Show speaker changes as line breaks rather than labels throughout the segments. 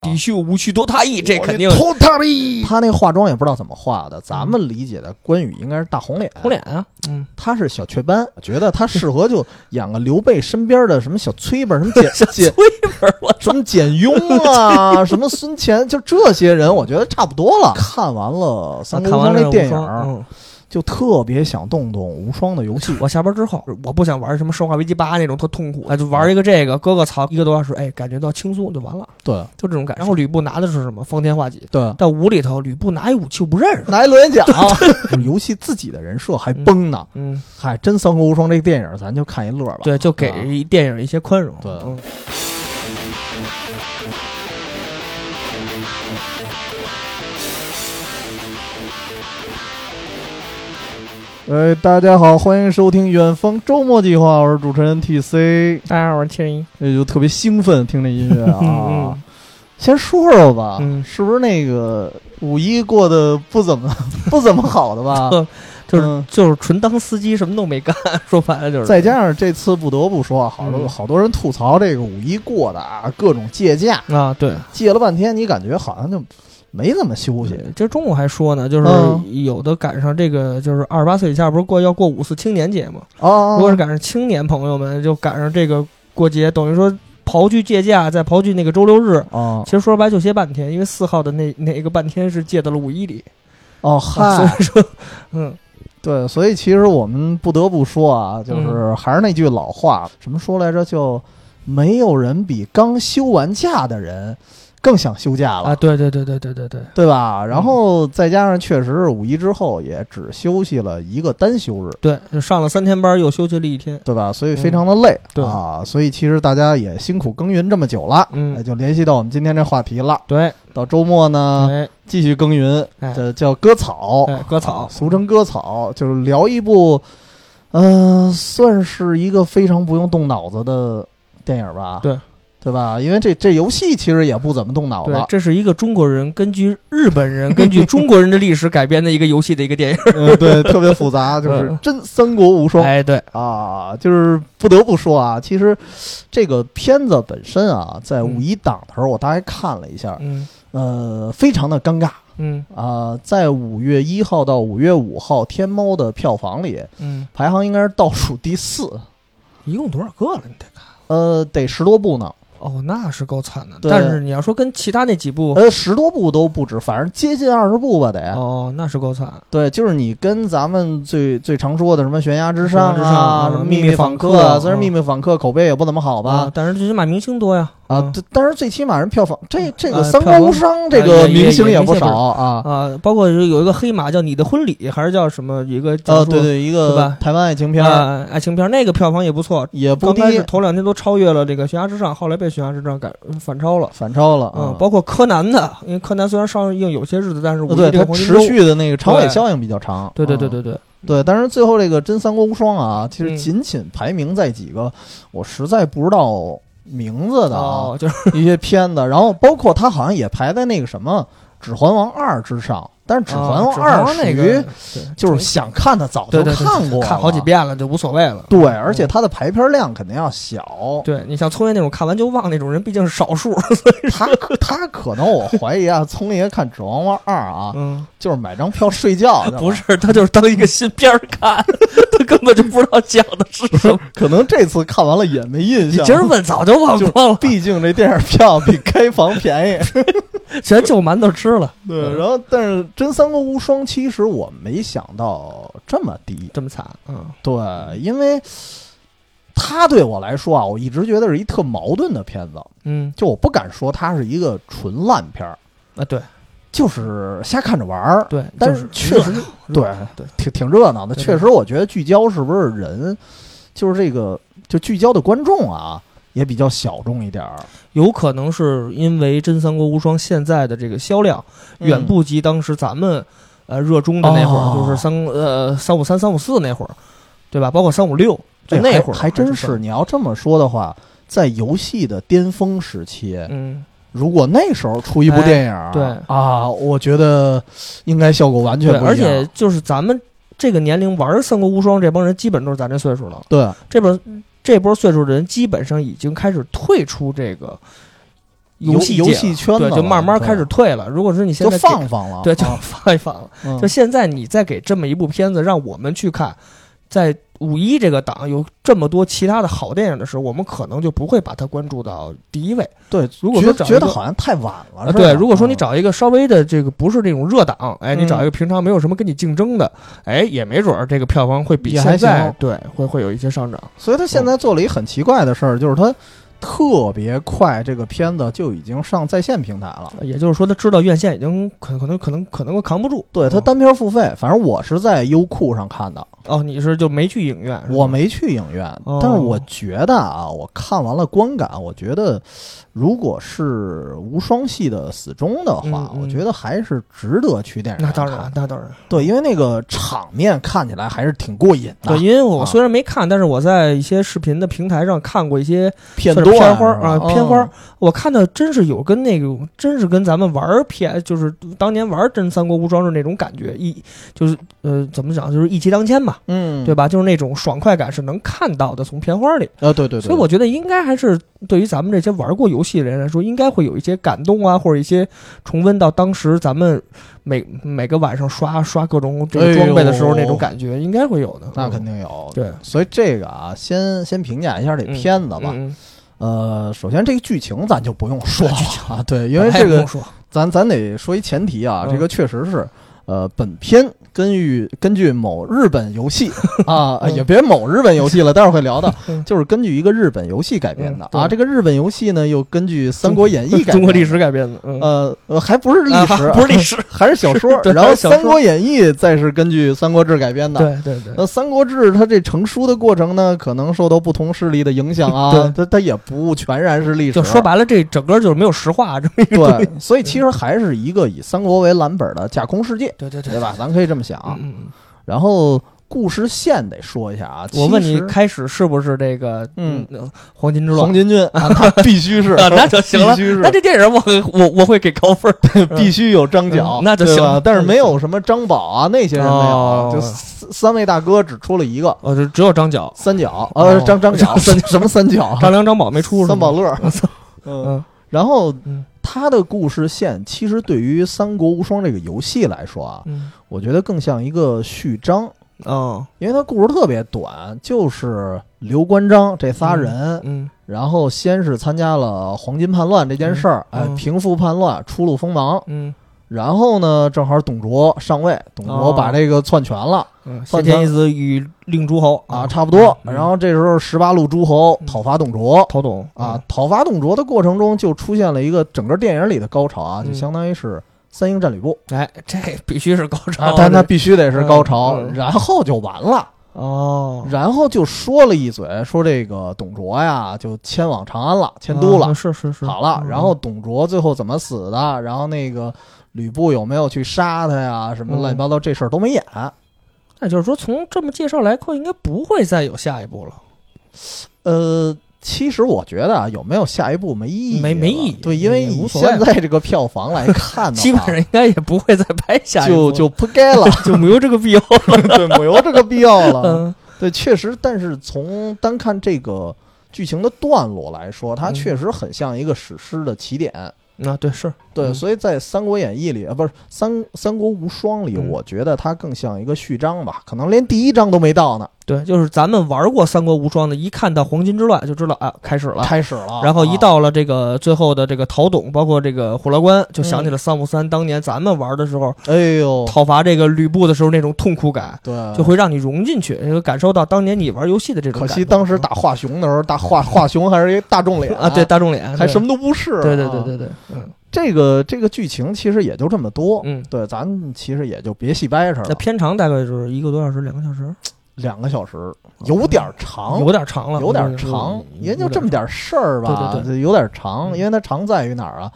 底秀无趣多他意，这肯定
偷他的。
他那化妆也不知道怎么化的，咱们理解的关羽应该是大红脸，
红脸啊，
嗯，
他是小雀斑，觉得他适合就演个刘备身边的什么小 崔吧，什么简简
崔本我
什么简雍 啊，什么孙权，就这些人，我觉得差不多了。看完了《三国
看
无
完
双》
了
那电影儿，
嗯，
就特别想动动无双的游戏。
我下班之后，我不想玩什么《生化危机八》那种特痛苦，哎，就玩一个这个，哥哥操一个多小时，哎，感觉到轻松就完了，
对
就这种感觉。然后吕布拿的是什么？方天画戟。
对，
到五里头，吕布拿一武器我不认识。
拿一螺旋桨， 就是游戏自己的人设还崩呢。
嗯，
嗨，真《三国无双》这个电影，咱就看一乐吧。
对，就给
啊
电影一些宽容。
对
嗯
哎，大家好，欢迎收听《远方周末计划》，我是主持人 TC，
大家好，我是天一。
那就特别兴奋，听这音乐啊
嗯。
先说说吧，
嗯
是不是那个五一过得不怎么 不怎么好的吧？
就是、
嗯
就是纯当司机，什么都没干， 说白了就是。
再加上这次不得不说啊，好多
嗯
好多人吐槽这个五一过的啊，各种借假，
啊，对，
借了半天，你感觉好像就没怎么休息。
今儿中午还说呢，就是
嗯
有的赶上这个，就是二十八岁以下不是过要过五四青年节嘛？
哦，
如果是赶上青年朋友们，就赶上这个过节，等于说刨去节假，再刨去那个周六日，
哦
其实说白就歇半天，因为四号的那那一个半天是借到了五一里，啊
哦
所
嗨，
以说，嗯，
对，所以其实我们不得不说啊，
嗯
就是还是那句老话，什么说来着？就没有人比刚休完假的人更想休假了，
啊，嗯对对对对对对对，
对吧？然后再加上确实是五一之后也只休息了一个单休日，
对，就上了三天班，又休息了一天，
对吧？所以非常的累、
嗯对
啊，所以其实大家也辛苦耕耘这么久了。哎，
嗯，
就联系到我们今天这话题了。
对，
到周末呢，
哎，
继续耕耘，
哎
这叫割草。
哎，割草，
俗称割草，就是聊一部，呃，算是一个非常不用动脑子的电影吧？
对，
对吧？因为这这游戏其实也不怎么动脑
对，
子，
这是一个中国人根据日本人、根据中国人的历史改编的一个游戏的一个电影。
嗯，对，特别复 杂，就是
嗯
真三国无 双、
哎，对，
啊，就是不得不说啊，其实这个片子本身啊，在五一档的时候，我大概看了一下，
嗯
呃，非常的尴尬
嗯
啊、在五月一号到五月五号，天猫的票房里
嗯，
排行应该是倒数第四。
一共多少个了？你得看。
呃，得十多部呢，
哦，那是够惨的。
对
但是你要说跟其他那几部，
呃，十多部都不止，反正接近二十部吧得。
哦，那是够惨。
对，就是你跟咱们最最常说的什么《悬崖之上》
悬崖之
啊，
上
什么
嗯
《秘
秘密
访
访
客》
客
啊，
嗯
虽然《秘密访客》口碑也不怎么好
啊
吧，，
但是最起码明星多呀。
啊
嗯，
这但是最起码人票房，这这个
呃
《三国无双》这
票
个
房啊
明星
也也
不
也
少
不少
啊。
啊，包括有一个黑马叫《你的婚礼》，还是叫什么一个讲
呃，
述
对对，一
是
个
吧
台湾爱情片儿
啊爱情片，那个票房也不错。
也不
刚开始
低，
头两天都超越了这个《悬崖之上》，后来被《悬崖之上》改反超了。
反超了
嗯
啊，。
包括柯南的，因为柯南虽然上映有些日子，但是
呃
我
对
这个
它
黄金周
持，续的那个长尾
对
效应比较长，
对对
啊
对对对，
对，但是最后这个《真三国无双》啊，其实
嗯
仅仅排名在几个我实在不知道名字的啊、
哦，就是
一些片子，然后包括它好像也排在那个什么《指环王二》之上，但是《指环王哦二
啊》指环王
属
那
于
个对
就是想看的早
对
就
对对
看过了
看好几。遍了就无所谓了。
对，而且它的排片量肯定要小，
对你像聪爷那种看完就忘那种人，毕竟是少数。
嗯他他可能我怀疑啊，聪爷看《指环王二》啊，
嗯，
就是买张票睡觉去了，
不是，他就是当一个新片儿 看，他根本就不知道讲的是什么。
可能这次看完了也没印
你
象
今，儿问早就忘光了，
毕竟这电影票比开房便宜。
全就馒头吃了，
对，然后但是《真三国无双》其实我没想到这么低，
这么惨。嗯
对，因为它对我来说啊，我一直觉得是一特矛盾的片子，
嗯
就我不敢说它是一个纯烂片儿，
啊，对
就是瞎看着玩儿，
对，
但
就是是
确实
热
对
闹对
挺挺热闹的。
对对
确实，我觉得聚焦是不是人，就是这个就聚焦的观众啊，也比较小众一点儿，
有可能是因为《真三国无双》现在的这个销量嗯远不及当时咱们呃热衷的那会
嗯哦
儿，就是三呃三五三三五四那会儿，对吧？包括三五六，就
哎
那
还
会儿
还真
是
是。。你要这么说的话，在游戏的巅峰时期，
嗯，
如果那时候出一部电影，
哎对
啊，我觉得应该效果完全
对，
不
而
一样。
且就是咱们这个年龄玩《三国无双》这帮人，基本都是咱这岁数了。
对
这波这波岁数的人，基本上已经开始退出这个游戏界
游戏圈
对，
了
就慢慢开始退了。如果是你现
就
在给
放放了，
对，就
啊
放一放了。
嗯
就现在你再给这么一部片子让我们去看，在五一这个档有这么多其他的好电影的时候，我们可能就不会把它关注到第一位。
对，
如果说
觉
找一
觉得
个
好像太晚了
啊，
似的，
对，如果说你
嗯
找一个稍微的这个不是这种热档，哎，你
嗯
找一个平常没有什么跟你竞争的，哎，也没准儿这个票房会比
也
现
还
在
行
对会会有一些上涨。
所以他现在做了一很奇怪的事儿，就是他特别快，这个片子就已经上在线平台了。
也就是说，他知道院线已经可可能可能可能会扛不住。
对他单片付费，反正我是在优酷上看的，
哦，你是就没去影院？是吧
我没去影院
嗯哦，
但是我觉得啊，我看完了观感，我觉得如果是无双系的死忠的话，
嗯嗯
我觉得还是值得去电影
那
院
当
看
然，那当然。
对，因为那个场面看起来还是挺过瘾的
对，，因为我
啊
虽然没看，但是我在一些视频的平台上看过一些
片
算
段哦
是片
片
花啊，片花，我看到真是有跟那个，真是跟咱们玩儿片，就是当年玩儿《真三国无双》是那种感觉，一就是呃，怎么讲，就是一骑当千吧，
嗯，
对吧？就是那种爽快感是能看到的，从片花里。
啊，对对对，
所以我觉得应该还是对于咱们这些玩过游戏的人来说，应该会有一些感动啊，或者一些重温到当时咱们每每个晚上刷刷各种这个装备的时候
哎呦
那种感觉，应该会有的。
那肯
定
定有，
对
所以这个啊，先先评价一下这片子吧。
嗯嗯
呃，首先这个剧情咱就不用说了啊，对，因为这
不
个
用说
咱咱得说一前提啊，
嗯
这个确实是。呃，本片根据根据某日本 游戏啊，
嗯
也别某日本游戏了，待会儿会聊到
嗯，
就是根据一个日本游戏改编的
嗯对
啊。这个日本游戏呢，又根据《三 国演义》改编的，
中国历史改编的，嗯，
呃呃，还不是历
啊
史，
不是历史，。
还是小说
对
然后
还
《
是小说嗯
三国演义》再是根据《三国志》改编的，
对对对，
那《三国志》它这成书的过程呢，可能受到不同势力的影响
对
啊，它它也不全然是历史。
就说白了，这整个就是没有实话，这么一个
对，所以其实还是一个以三国为蓝本的架空世界，
对对
对吧？？咱可以这么想啊。
嗯，嗯
然后故事线得说一下啊，
我问你
其实
开始是不是这个
嗯
黄金之
黄
乱？，
巾军啊，那必须是
那就 行了
必须，是
那这电影我我我会给高分儿，
必须有张角，
嗯嗯那就行
对吧但是没有什么张宝啊，那些人没有
哦
啊，就三三位大哥只出了一个
哦，就只有张角、
三角，
哦
呃，张张角，
张
三 什么三角啊？
张良、张宝没出是吗，
三宝乐， 嗯
嗯，
然后
嗯
他的故事线其实对于《三国无双》这个游戏来说啊，
嗯，
我觉得更像一个序章，
哦，
因为它故事特别短，就是刘关张这仨人，
嗯
然后先是参加了黄巾叛乱这件事儿，
嗯嗯
哎，平复叛乱，出路锋芒，
嗯
然后呢，正好董卓上位，董
哦
卓把这个篡权了。
嗯，挟
算
天
他
一子与令诸侯
啊，差不多。然后这时候十八路诸侯
嗯
讨伐董卓，
陶董
啊，，讨伐董卓的过程中，就出现了一个整个电影里的高潮啊，
嗯
就相当于是三英战吕布
嗯哎，这必须是高
啊
潮，，
但那必须得是高
哦
潮
嗯嗯，
然后就完了，
哦，
然后就说了一嘴，说这个董卓呀就迁往长安了，迁都
啊
了，
是是是，
好了，
嗯
然后董卓最后怎么死的，然后那个吕布有没有去杀他呀，什么
嗯
乱七八糟这事儿都没演，
那就是说，从这么介绍来看，应该不会再有下一步了。
呃。其实我觉得啊，有没有下一步没意义了，
没没意义
对，因为
也无
以
所谓
现在这个票房来 看的话，
基本上应该也不会再拍下一
就
部，
就不该了，
就没有这个 必要了。
对，没有这个必要了。
嗯
对，确实，但是从单看这个剧情的段落来说，它
嗯
确实很像一个史诗的起点。
啊，对，是
对，
嗯
所以在《三国演义》里，啊，不是《三三国无双》里，
嗯
我觉得它更像一个序章吧，可能连第一章都没到呢，
对，就是咱们玩过《三国无双》的，一看到黄金之乱就知道啊，开始了。
开始了。
然后一
啊，
到了这个最后的这个陶董，包括这个虎牢关，就想起了三五三当年咱们玩的时候
哎呦，
讨伐这个吕布的时候那种痛苦感，
对，
就会让你融进去，就感受到当年你玩游戏的这种
可
感动。
惜当时打华雄的时候，大华华雄还是一大众脸
啊，对，，大众脸
还什
么？
么都不是啊。
对对对对对，嗯
这个这个剧情其实也就这么多。
嗯，
对，咱们其实也就别细掰扯了
那。片长大概就是一个多小时，两个小时。
两个小时，有点儿长，
有嗯点长了，
啊有点儿长，也就这么点儿事儿吧，
对对对
就有点儿长。
嗯
因为它长在于哪儿啊？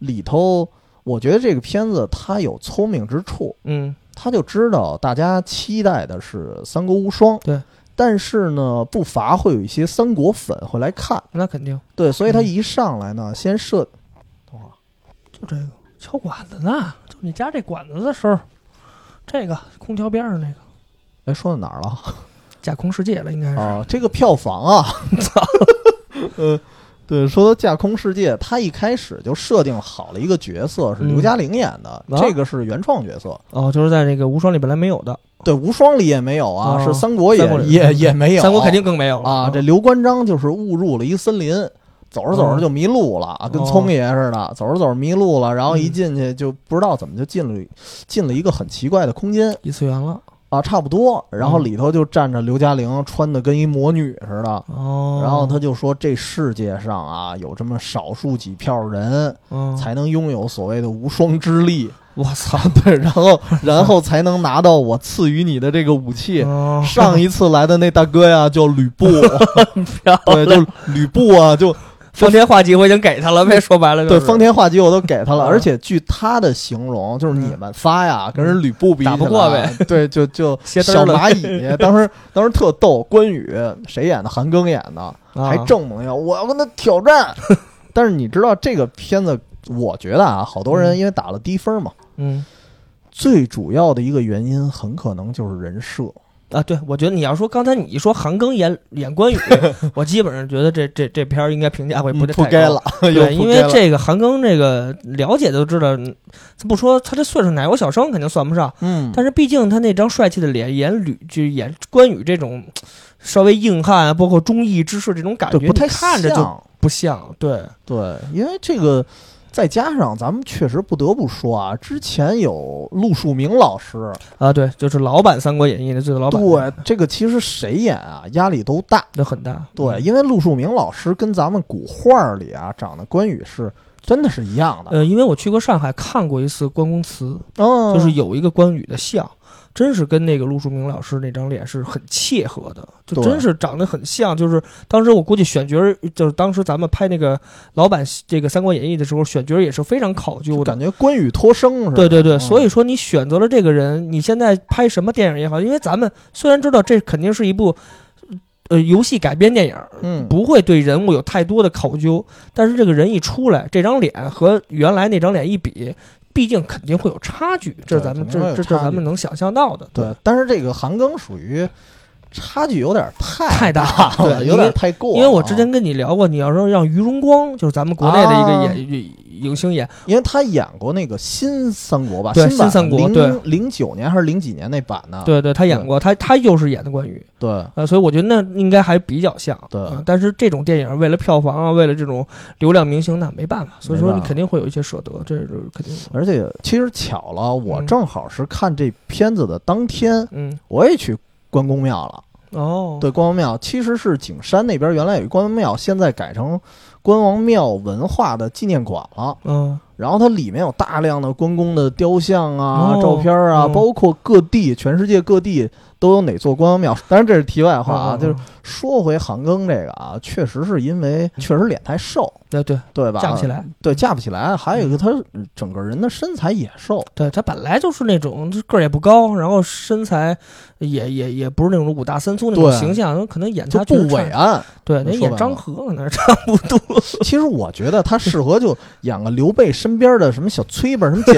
里头，我觉得这个片子它有聪明之处，
嗯，
他就知道大家期待的是《三国无双》，
对。
但是呢，不乏会有一些三国粉会来看，
那肯定
对，所以他
嗯
一上来呢，先设，等会儿啊，
就这个敲管子呢，就你家这管子的时候，这个空调边上那个
哎，说到哪儿了？
嗯
哦
架空世界了，应该是。
啊，这个票房啊，
操，
呃，对，说到架空世界，他一开始就设定好了一个角色是刘嘉玲演的，
嗯啊
这个是原创角色。
哦，就是在那个无双里本来没有的，
对，无双里也没有啊，
哦
是三国也
三国里
也也没有，
三国肯定更没有了哦
啊。这刘关张就是误入了一森林，走着走着就迷路了，啊，跟
哦
聪爷似的，走着走着迷路了，然后一
嗯
进去就不知道怎么就进了进了一个很奇怪的空间
异次元了。
啊，差不多。然后
嗯
里头就站着刘嘉玲，穿的跟一魔女似的。
哦，
然后他就说，这世界上啊，有这么少数几票人
嗯，
才能拥有所谓的无双之力，
我操，
对，然后然后才能拿到我赐予你的这个武器。
哦
上一次来的那大哥呀，叫吕布，
漂
对，
亮，
就吕布啊，就
方天画戟我已经给他了，呗，说白了就是
对方天画戟我都给他了，
嗯
而且据他的形容，就是你们发呀，跟人吕布比起来
打不过呗，
对，就 就
歇嘚
小
儿了
蚂蚁，当时当时特逗，关羽谁演的？韩庚演的，
啊
还正猛要我要跟他 挑战。但是你知道这个片子，我觉得啊，好多人
嗯
因为打了低分嘛，
嗯
最主要的一个原因很可能就是人设。
啊，对，我觉得你要说刚才你一说韩庚演演 关羽，我基本上觉得这这这片儿应该评价会
嗯
不太
不
太
该
高
了， 又
对，
不
因
该
为
了
这个韩庚这个了解就知道，嗯他不说他这岁数奶油小生肯定算不上，
嗯，
但是毕竟他那张帅气的脸演吕就演关羽这种稍微硬汉啊，包括忠义之士这种感觉，
对不太
你看着就
像
不像。对，
对，因为这个。再加上咱们确实不得不说啊，之前有陆树铭老师，
啊，对，就是老版《三国演义》的最老版，，
对这个其实谁演啊压力都大，
那很大。嗯
对，，因为陆树铭老师跟咱们古画里啊长得关羽是真的是一样的，
呃，因为我去过上海看过一次关公祠，
嗯，
呃就是有一个关羽的像。真是跟那个陆树铭老师那张脸是很切合的，就
对
真是长得很像。就是当时我估计选角儿，就是当时咱们拍那个老版这个《三国演义》的时候，选角儿也是非常考究
就
的
感。觉关羽托生似的。
对对对，
嗯
所以说你选择了这个人，你现在拍什么电影也好，因为咱们虽然知道这肯定是一部呃游戏改编电影，
嗯
不会对人物有太多的考究，但是这个人一出来，这张脸和原来那张脸一比，毕竟肯定会有差距，这是咱们
肯定会
这
有
这
差
这
距
咱们能想象到的，
对，但是这个韩庚属于差距有点太
太
大
大了
对，
因为
有点太过了啊。
因为我之前跟你聊过，你要说让于荣光，就是咱们国内的一
啊
个演影影星演，
因为他演过那个新三国吧，
对
新版
新三国对
零零九年还是零几年那版呢？
对对，他演
啊对
过，他他就是演的关羽，
对
呃，所以我觉得那应该还比较像。
对
啊但是这种电影为了票房啊，为了这种流量明星，那没办法，所以
没
说
办
你
法
肯定会有一些舍得，这是肯定的。
而且其实巧了，我
嗯
正好是看这片子的当天，
嗯，
我也去关公庙了。
哦，
对，关王庙其实是景山那边原来有一关王庙，现在改成关王庙文化的纪念馆了。
嗯，
然后它里面有大量的关公的雕像啊、
哦
照片啊，
嗯
包括各地、全世界各地都有哪座关王庙。当然这是题外话
嗯
啊，就是说回韩庚这个啊，确实是因为确实脸太瘦，
对嗯对，
对吧？
架不起，来。嗯
对，架不起来。还有一个，他整个人的身材也瘦，
对他本来就是那种就个儿也不高，然后身材也也也不是那种五大三粗那种
对
形象，可能演
就
他
不
确实差
伟。岸。
对，那
说白
演
了
张和可能差不多。
其实我觉得他适合就演个刘备身边的什么小崔吧，什么简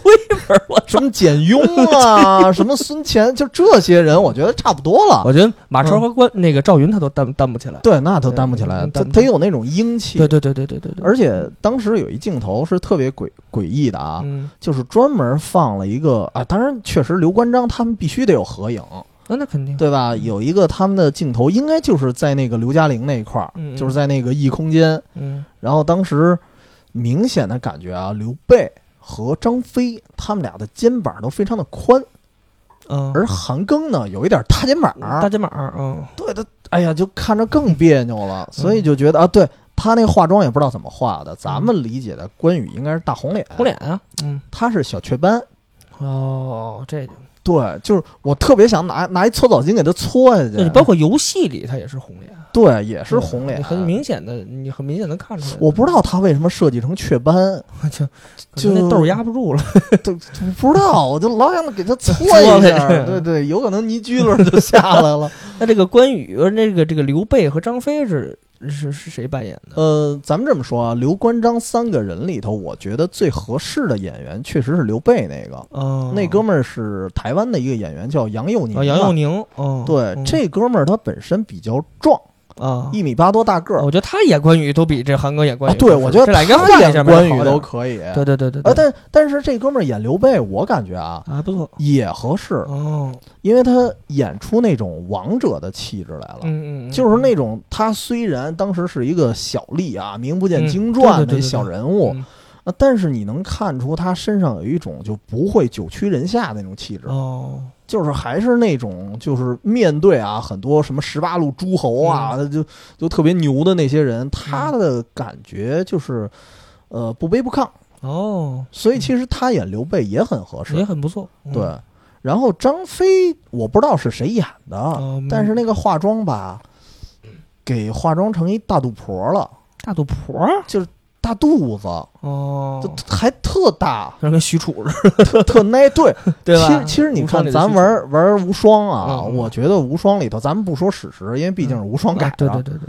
崔本儿，我
什么简雍啊，什么孙乾，就这些人，我觉得差不多了。
我觉得马
嗯
超和关那个赵云他都担担不起来。
对，那都担不起来，
嗯
他
担不
他
起
有那种英气。
对对对对对对对。
而且当时有一镜头是特别诡诡异的啊，
嗯，
就是专门放了一个啊，当然确实刘关张他们必须得有合影，
那那肯定。
啊对吧？有一个他们的镜头应该就是在那个刘嘉玲那一块儿，
嗯嗯
就是在那个异空间，
嗯，
然后当时明显的感觉啊，刘备和张飞他们俩的肩膀都非常的宽，
嗯，
而啊韩庚呢有一点大肩膀，
大肩膀儿，嗯，
对他，哎呀，就看着更别扭了，所以就觉得啊，对他那化妆也不知道怎么化的，咱们理解的关羽应该是大红脸，
嗯红脸啊，嗯，
他是小雀斑。
哦，这
对，就是我特别想拿拿一搓澡巾给他搓下
对，
去，
包括游戏里他也是红脸，啊
对也是红脸啊
你，很明显的，你很明显能看出来。
我不知道他为什么设计成雀斑，
道， 就
就
就那豆儿压不住了。
对，不知道，我就老想给他搓
搓
一
了一
下，
下
对对，有可能泥居噜就下来了。
那这个关羽，呃那个这个刘备和张飞是是是谁扮演的？
呃，咱们这么说啊，刘关张三个人里头，我觉得最合适的演员确实是刘备那个，
哦，
那哥们儿是台湾的一个演员，叫杨佑宁嘛。
啊，杨佑宁，哦，
对，
嗯
这哥们儿他本身比较壮，
啊。
一米八多大个儿。
我觉得他演关羽都比这韩庚演关
啊
羽合适、
对，我觉得
这俩应该
他
换一下
演
比较好
关
点
羽都可以。
对对对对对，
呃，但但是这哥们儿演刘备，我感觉啊
还不错。
也合适，
哦，
因为他演出那种王者的气质来了。
嗯嗯，嗯
就是那种他虽然当时是一个小吏啊，名不见经传
嗯对对对
的
对
小人物，
嗯
那但是你能看出他身上有一种就不会久屈人下那种气质，
哦，
就是还是那种就是面对啊很多什么十八路诸侯
嗯
啊，就就特别牛的那些人，他的感觉就是呃不卑不亢，
哦，
所以其实他演刘备也很合适，
也很不错。嗯
对，。然后张飞我不知道是谁演的，
哦
但是那个化妆吧，给化妆成一大肚婆了，
大肚婆儿
大肚子
哦，
就还特大，
就跟许褚似的，
特特 奶。对，
对吧？
其实其实你
无双
看
里的
咱
许褚
玩玩无双啊，
嗯嗯
我觉得无双里头，咱们不说史实，因为毕竟是无双改
啊
的。
对对对对对，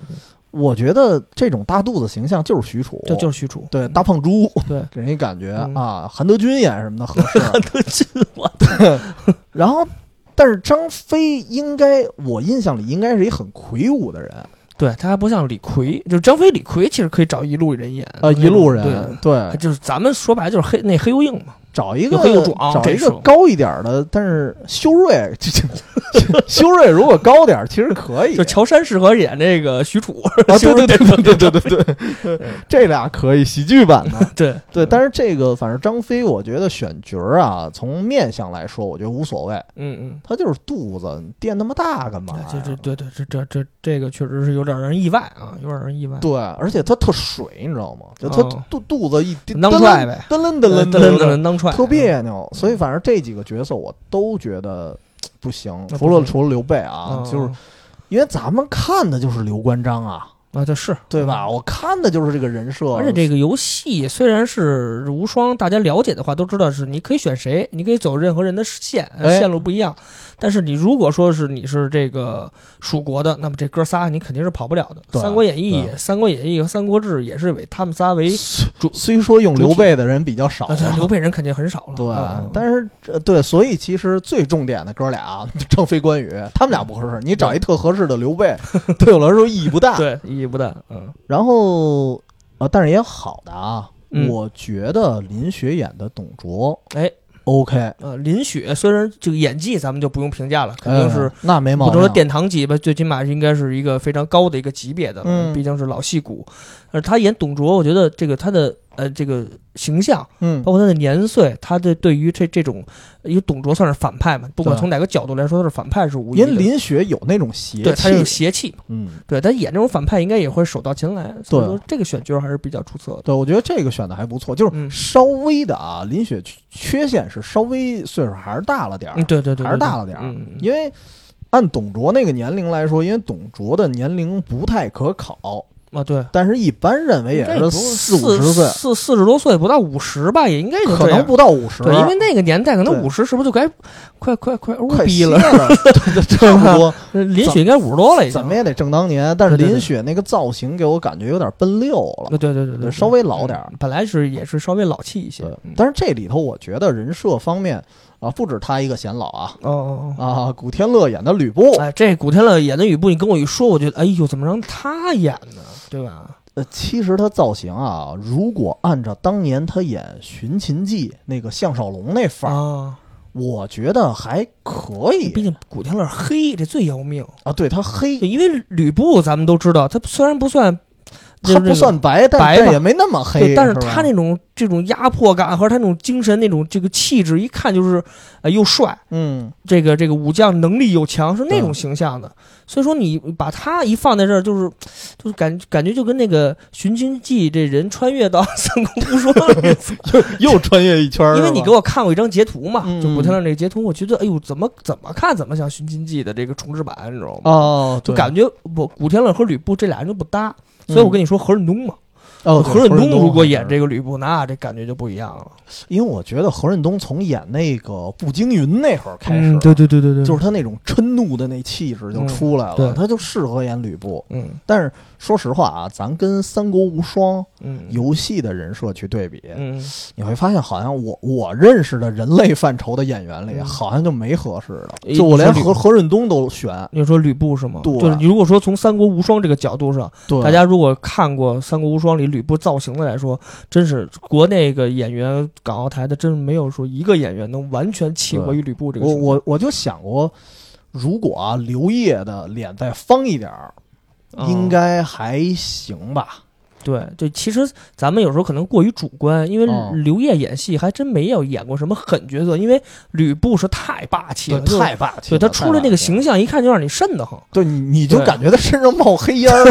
我觉得这种大肚子形象就是许褚，
就就是许 褚，
对大胖猪，
对，
给人一感觉
嗯
啊，韩德君演什么的合 适。
都进我
然后，但是张飞应该，我印象里应该是一很魁梧的人，
对他还不像李逵，就是张飞、李逵其实可以找一路人演
呃，一路人，
对啊
对，
就是咱们说白了就是黑那黑油硬嘛，
找一个
有黑有壮啊
找一
这
个
是
高一点儿的，但是修睿，这这修睿如果高点儿，其实可以。
就乔杉适合演这个许褚，
啊，
修
对
睿
对
适合
对对
演
对对对对，这俩可以喜剧版的。
对
对，但是这个反正张飞，我觉得选角儿啊，从面相来说，我觉得无所谓，
嗯嗯。
他就是肚子，你垫那么大干嘛
哎
呀？
这这对对这这这这个确实是有点让人意外啊，有点让人意外。
对，而且他特水，你知道吗？就他
哦
肚肚子一
当踹呗，
噔楞噔
噔
楞
噔
噔楞
噔噔当踹，啊
特别
嗯
扭。所以反正这几个角色我都觉得不行，
那不
除了
行
除了刘备啊，
嗯
就是因为咱们看的就是刘关张啊，
啊，对是
对吧？我看的就是这个人设，
而且这个游戏虽然是无双，大家了解的话都知道是你可以选谁，你可以走任何人的线，呃
哎
线路不一样。但是你如果说是你是这个蜀国的，那么这哥仨你肯定是跑不了的。
对嗯
三国演义》
对
《三国演义》和《三国志》也是为他们仨为
主虽说用刘备的人比较少
啊，对刘备人肯定很少了。
对
啊，
但是这对，所以其实最重点的哥俩啊， 张飞、关羽，他们俩不合适。你找一特合适的刘备，对我来说意义不大。
对意义不大。嗯，
然后啊，但是也好的啊，
嗯
我觉得林雪演的董卓，
哎
，OK，
呃，林雪虽然这个演技咱们就不用评价了，肯定是
哎那没毛
不
病。
能说殿堂级吧，最起码应该是一个非常高的一个级别的了，
嗯
毕竟是老戏骨。而他演董卓，我觉得这个他的呃这个形象，
嗯
包括他的年岁，他的对于这这种，因为董卓算是反派嘛，不管
对
从哪个角度来说，他是反派是无疑
因为
的。
林雪有那种邪
对，他
气
有，邪气嘛，
嗯，
对他演这种反派应该也会手到擒来，所以说这个选角还是比较出色的。
对，我觉得这个选的还不错，就是
嗯
稍微的啊，林雪缺缺陷是稍微岁数还是大了点儿，
嗯，对对对，对
还是大了点儿
嗯，嗯
因为按董卓那个年龄来说，因为董卓的年龄不太可考，
嗯啊，对，
但是一般认为也
应该
是
不
四五十岁，
四四十多岁，不到五十吧，也应该就
可
这样
能不到五十，
对，因为那个年代可
对
能五十是不是就该快快快欧
快
逼
歇
了？
了，对对对差不多，
林雪应该五十多了已经
怎。么也得正当年。但是
对对对
林雪那个造型给我感觉有点奔六了
呃，对对对
对
对，
稍微老点儿
嗯本来是也是稍微老气一些。
对
嗯，
但是这里头我觉得人设方面啊，不止他一个显老啊
哦哦哦。
啊，古天乐演的吕布，
哎，这古天乐演的吕布，你跟我一说，我觉得，哎呦，怎么让他演呢？对吧？
呃，其实他造型啊，如果按照当年他演《寻秦记》那个项少龙那范儿，
啊，
我觉得还可
毕
以
竟古天乐黑，这最要命。
啊。对他黑，
因为吕布咱们都知道，他虽然不算，就是
他
这
不
个
算白，但
白吧
但也没那么黑
对，。但是
吧
他那种这种压迫感和他那种精神那种这个气质，一看就是，呃，又帅，
嗯，
这个这个武将能力又强，是那
对
种形象的。所以说你把他一放在这儿，就是就是感感觉就跟那个《寻秦记》这人穿越到三国无双里，
又穿越一圈儿
因为你给
我
我看过一张截图嘛，
嗯
就古天乐那个截图，我觉得哎呦，怎么怎么看怎么像《寻秦记》的这个重制版，你知道吗？
哦，
就
对
感觉不，古天乐和吕布这俩人就不搭，所以我跟你说合着弄嘛，
哦，对
何润东
东
如果
还
演
是
这个吕布，那这感觉就不一样了。
因为我觉得何润东从演那个步惊云那会儿开始，
嗯，对对对对对，
就是是他那种嗔怒的那气质就出来了，
嗯对
他就适合演吕布。
嗯
但是说实话啊，咱跟《三国无双》
嗯
游戏的人设去对比，
嗯
你会发现，好像我我认识的人类范畴的演员里，
嗯
好像就没合适的。
诶
就我连
你说吕
何何润东都选，
你说吕布是吗？
对
就是你如果说从《三国无双》这个角度上，
对
大家如果看过《三国无双》里吕布造型的来说，真是国内个演员港澳台的，真没有说一个演员能完全契合于吕布这个
我
形象。
我我就想过，如果啊刘烨的脸再方一点儿，
啊
应该还行吧。
对，就其实咱们有时候可能过于主观，因
哦
为刘烨演戏还真没有演过什么狠角色，因为吕布是太霸气了，就是
太霸气
对
了，
他出来那个形
象，
象，一看就让你瘆得慌，
对你你就
对
感觉他身上冒黑烟儿，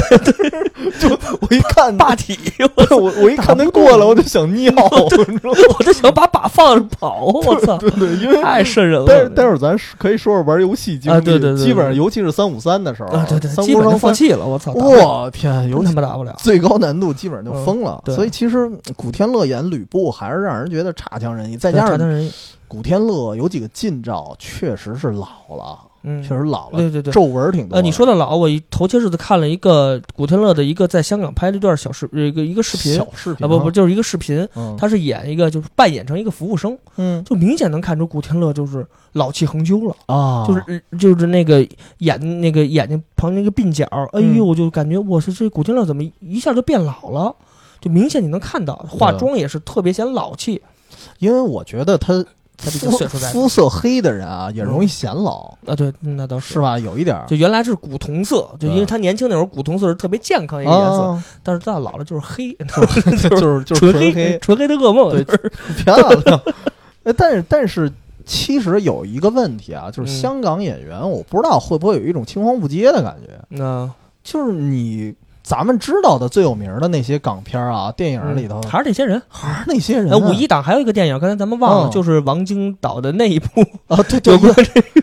就我一看
霸体，
对我我一看他过来，我就想尿， 你知道吗？
我都想把把放着跑，我操，
对对，因为
太瘆人了。
待待会儿咱是可以说说玩游戏经历，
啊对对对对
基本上尤其是三五三的时候，
啊，对对，
三
基
国
本上
双
放
三，
弃了，我操，打不了
我天，尤
真
其
他妈打不了。
最高难度基本上就疯了。
嗯对
所以其实古天乐演吕布还是让人觉得差强人意，再加
查
上
的人，
古天乐有几个近照，确实是老了，
嗯，
确实老了，
对对对。
皱纹儿挺多的。
呃，你说的老，我一头些日子看了一个古天乐的一个在香港拍的一段小视，呃一个一个视频
小视频
啊，不不，，就是一个视频，
嗯
他是演一个就是扮演成一个服务生，
嗯
就明显能看出古天乐就是老气横秋了，
啊，
就是呃就是那个眼那个眼睛旁那个鬓角，哎呦，
嗯
我就感觉我是这古天乐怎么一下就变老了，就明显你能看到化
啊
妆也是特别显老气，
因为我觉得他
他这
肤
个岁数在
肤色黑的人啊，也容易显老，
啊，对，那倒
是。吧？有一点儿
就原来是古铜色，就因为
对
他年轻那会儿古铜色是特别健康一个颜色，
啊，
但是到老了就是黑，
就是就是
纯
纯
黑，纯黑的噩梦。
对漂亮。 哎但是但是，其实有一个问题啊，就是
嗯
香港演员，我不知道会不会有一种青黄不接的感觉，
那
就是你。咱们知道的最有名的那些港片啊，电影里头、
嗯还是这些人。
还是那些人、
哎，
啊。
五一档还有一个电影，刚才咱们忘了，
嗯
就是王晶导的那一 部，
啊，对，就
不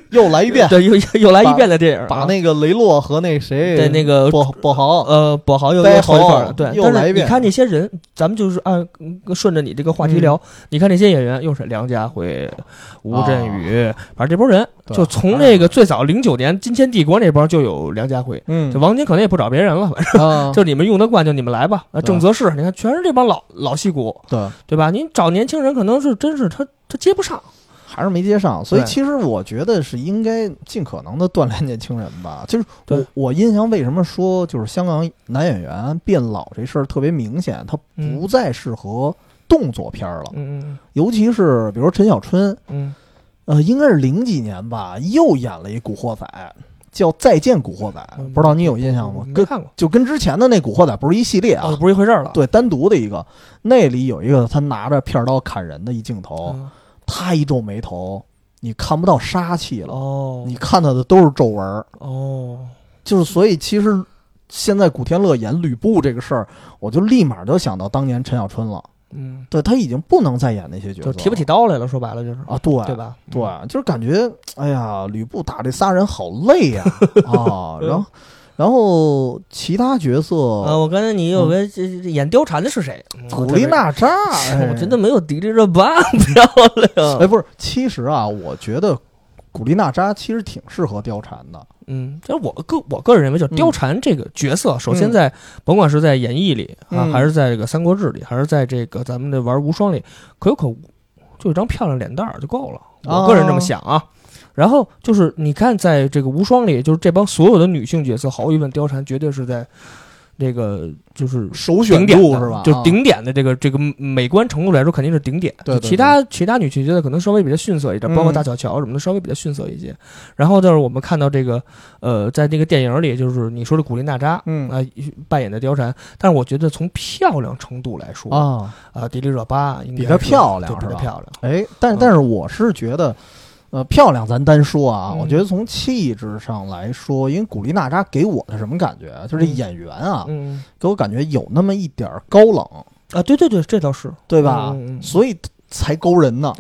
又又来一遍，
对，又又又来一遍的电影啊，
把那个雷洛和那谁，
对那个
跛跛豪，
呃，跛豪又
呆
又回一段
猴
了，对，
又
但
来
是
一
你
遍
看这些人，咱们就是按嗯顺着你这个话题聊，
嗯
你看这些演员，又是梁家辉、吴镇宇，反正这波人，
哦对
就从那个最早零九年《金钱帝国》那帮就有梁家辉，
嗯
就王晶可能也不找别人了，反正
啊，
就你们用得惯就你们来吧。啊，
对
郑则仕，你看全是这帮老老戏骨，
对，
对吧？您找年轻人可能是真是他他接不上，
还是没接上。所以
对
其实我觉得是应该尽可能的锻炼年轻人 吧。就是我
对
我印象为什么说就是香港男演员变老这事儿特别明显，他
嗯
不再适合动作片儿了，
嗯
尤其是比如陈小春，
嗯
呃，应该是零几年吧，又演了一《古惑仔》，叫《再见古惑仔》，
嗯
不知道你有印象吗
嗯，？没
跟
看过，
就跟之前的那《古惑仔》不是一系列啊
哦，，不是一回事儿了。
对，单独的一个，那里有一个他拿着片儿刀砍人的一镜头。
嗯，
他一皱眉头，你看不到杀气了，
哦
你看到的都是皱纹儿。
哦，
就是所以，其实现在古天乐演吕布这个事儿，我就立马就想到当年陈小春了。
嗯，
对他已经不能再演那些角
就
色了，
提不起刀来了，说白了就是。
啊？对
对吧？嗯
对，就是感觉，哎呀，吕布打这仨人好累 呀啊！然后，然后其他角色，
啊，我刚才你
嗯
有个这这演貂蝉的是谁？嗯
古力，娜扎，
我特别
哎
我觉得没有迪丽热巴 漂
哎，
亮。
不是，其实啊，我觉得古力娜扎其实挺适合貂蝉的。
嗯，这我个我个人认为，就
嗯
貂蝉这个角色，首先
嗯
在甭管是在演义里啊，
嗯
还是在这个《三国志》里，还是在这个咱们的玩无双里，可有可无，就一张漂亮脸蛋儿就够了。我个人
哦
这么想啊。然后就是你看，在这个无双里，就是这帮所有的女性角色，毫无疑问，貂蝉绝对是在这个就是
首
顶
选
点
度
的
是吧？
就
啊
顶点的这个这个美观程度来说，肯定是顶点。
对
就
对
其他其他女性角色可能稍微比较逊色一点，
嗯
包括大小乔什么的，稍微比较逊色一些。然后就是我们看到这个呃，在那个电影里，就是你说的古力娜扎。
嗯
啊、扮演的貂蝉，但是我觉得从漂亮程度来说，
啊，
啊，迪丽热巴应该
比
是
她漂亮
对比
是
她
吧
漂亮。
哎，但
嗯
但是我是觉得，呃，漂亮咱单说啊，
嗯
我觉得从气质上来说，因为古力娜扎给我的什么感觉啊，就是这
嗯
演员啊，
嗯
给我感觉有那么一点儿高冷，
啊，对对对，这倒是，
对吧？
嗯嗯嗯
所以才勾人呢，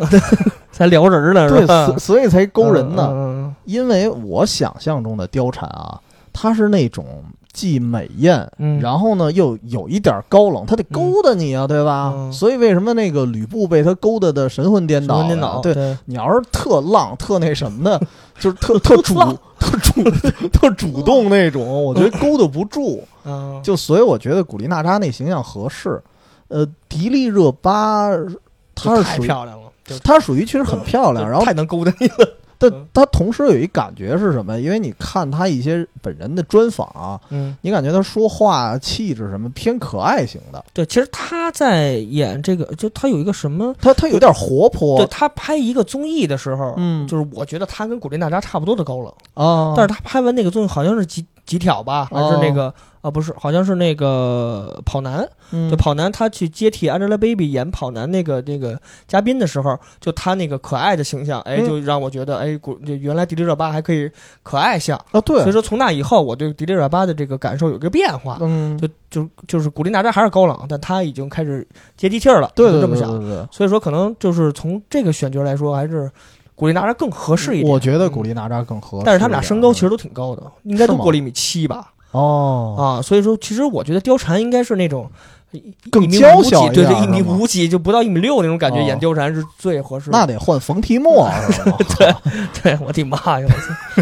才撩人呢，
对，
是吧
所所以才勾人呢，
嗯嗯嗯
因为我想象中的貂蝉啊，她是那种既美艳，
嗯
然后呢又有一点高冷，他得勾搭你啊，对吧？
嗯
所以为什么那个吕布被他勾搭的神魂颠
神
倒了？
魂颠倒，
对，
对，
你要是特浪、特那什 么的，就是特特主、特主、 特主动那种，我觉得勾搭不住。
嗯，
就所以我觉得古力娜扎那形象合适。呃，迪丽热巴她是
太
属于
漂亮了，就
她属于其实很漂亮，然后
太嗯能勾搭 你了，
但她同时有一感觉是什么？因为你看她一些本人的专访啊，
嗯，
你感觉她说话气质什么偏可爱型的，
对，其实他在演这个，就他有一个什么，
她她有点活
对
泼，
他拍一个综艺的时候，
嗯
就是我觉得他跟古力娜扎差不多的高冷，
啊，
但是他拍完那个综艺好像是几几挑吧，还是那
哦
个啊、不是，好像是那个跑男，
嗯
就跑男他去接替 Angelababy 演跑男那个那个嘉宾的时候，就他那个可爱的形象，哎，
嗯
就让我觉得，哎，古就原来迪丽热巴还可以可爱像，
啊
所以
对，
说从那以后，我对迪丽热巴的这个感受有一个变化，
嗯，
就就就是古力娜扎还是高冷，但她已经开始接地气儿了，
对
我
对
就这
对
么
对
想，
对对。
所以说可能就是从这个选角来说，还是古力娜扎更合适一点。嗯
我觉得古力娜扎更合适一点，
但是他们俩身高其实都挺高的，应该都
是吗
过了一米七吧？
哦，
啊，所以说其实我觉得貂蝉应该是那种一
更
一米
娇
五几
小一
对
点
对，
儿
一米
是吗
五几就不到一米六那种感觉，
哦
演貂蝉是最合适的。
那得换冯提 莫啊，是吧
对我的妈呀，我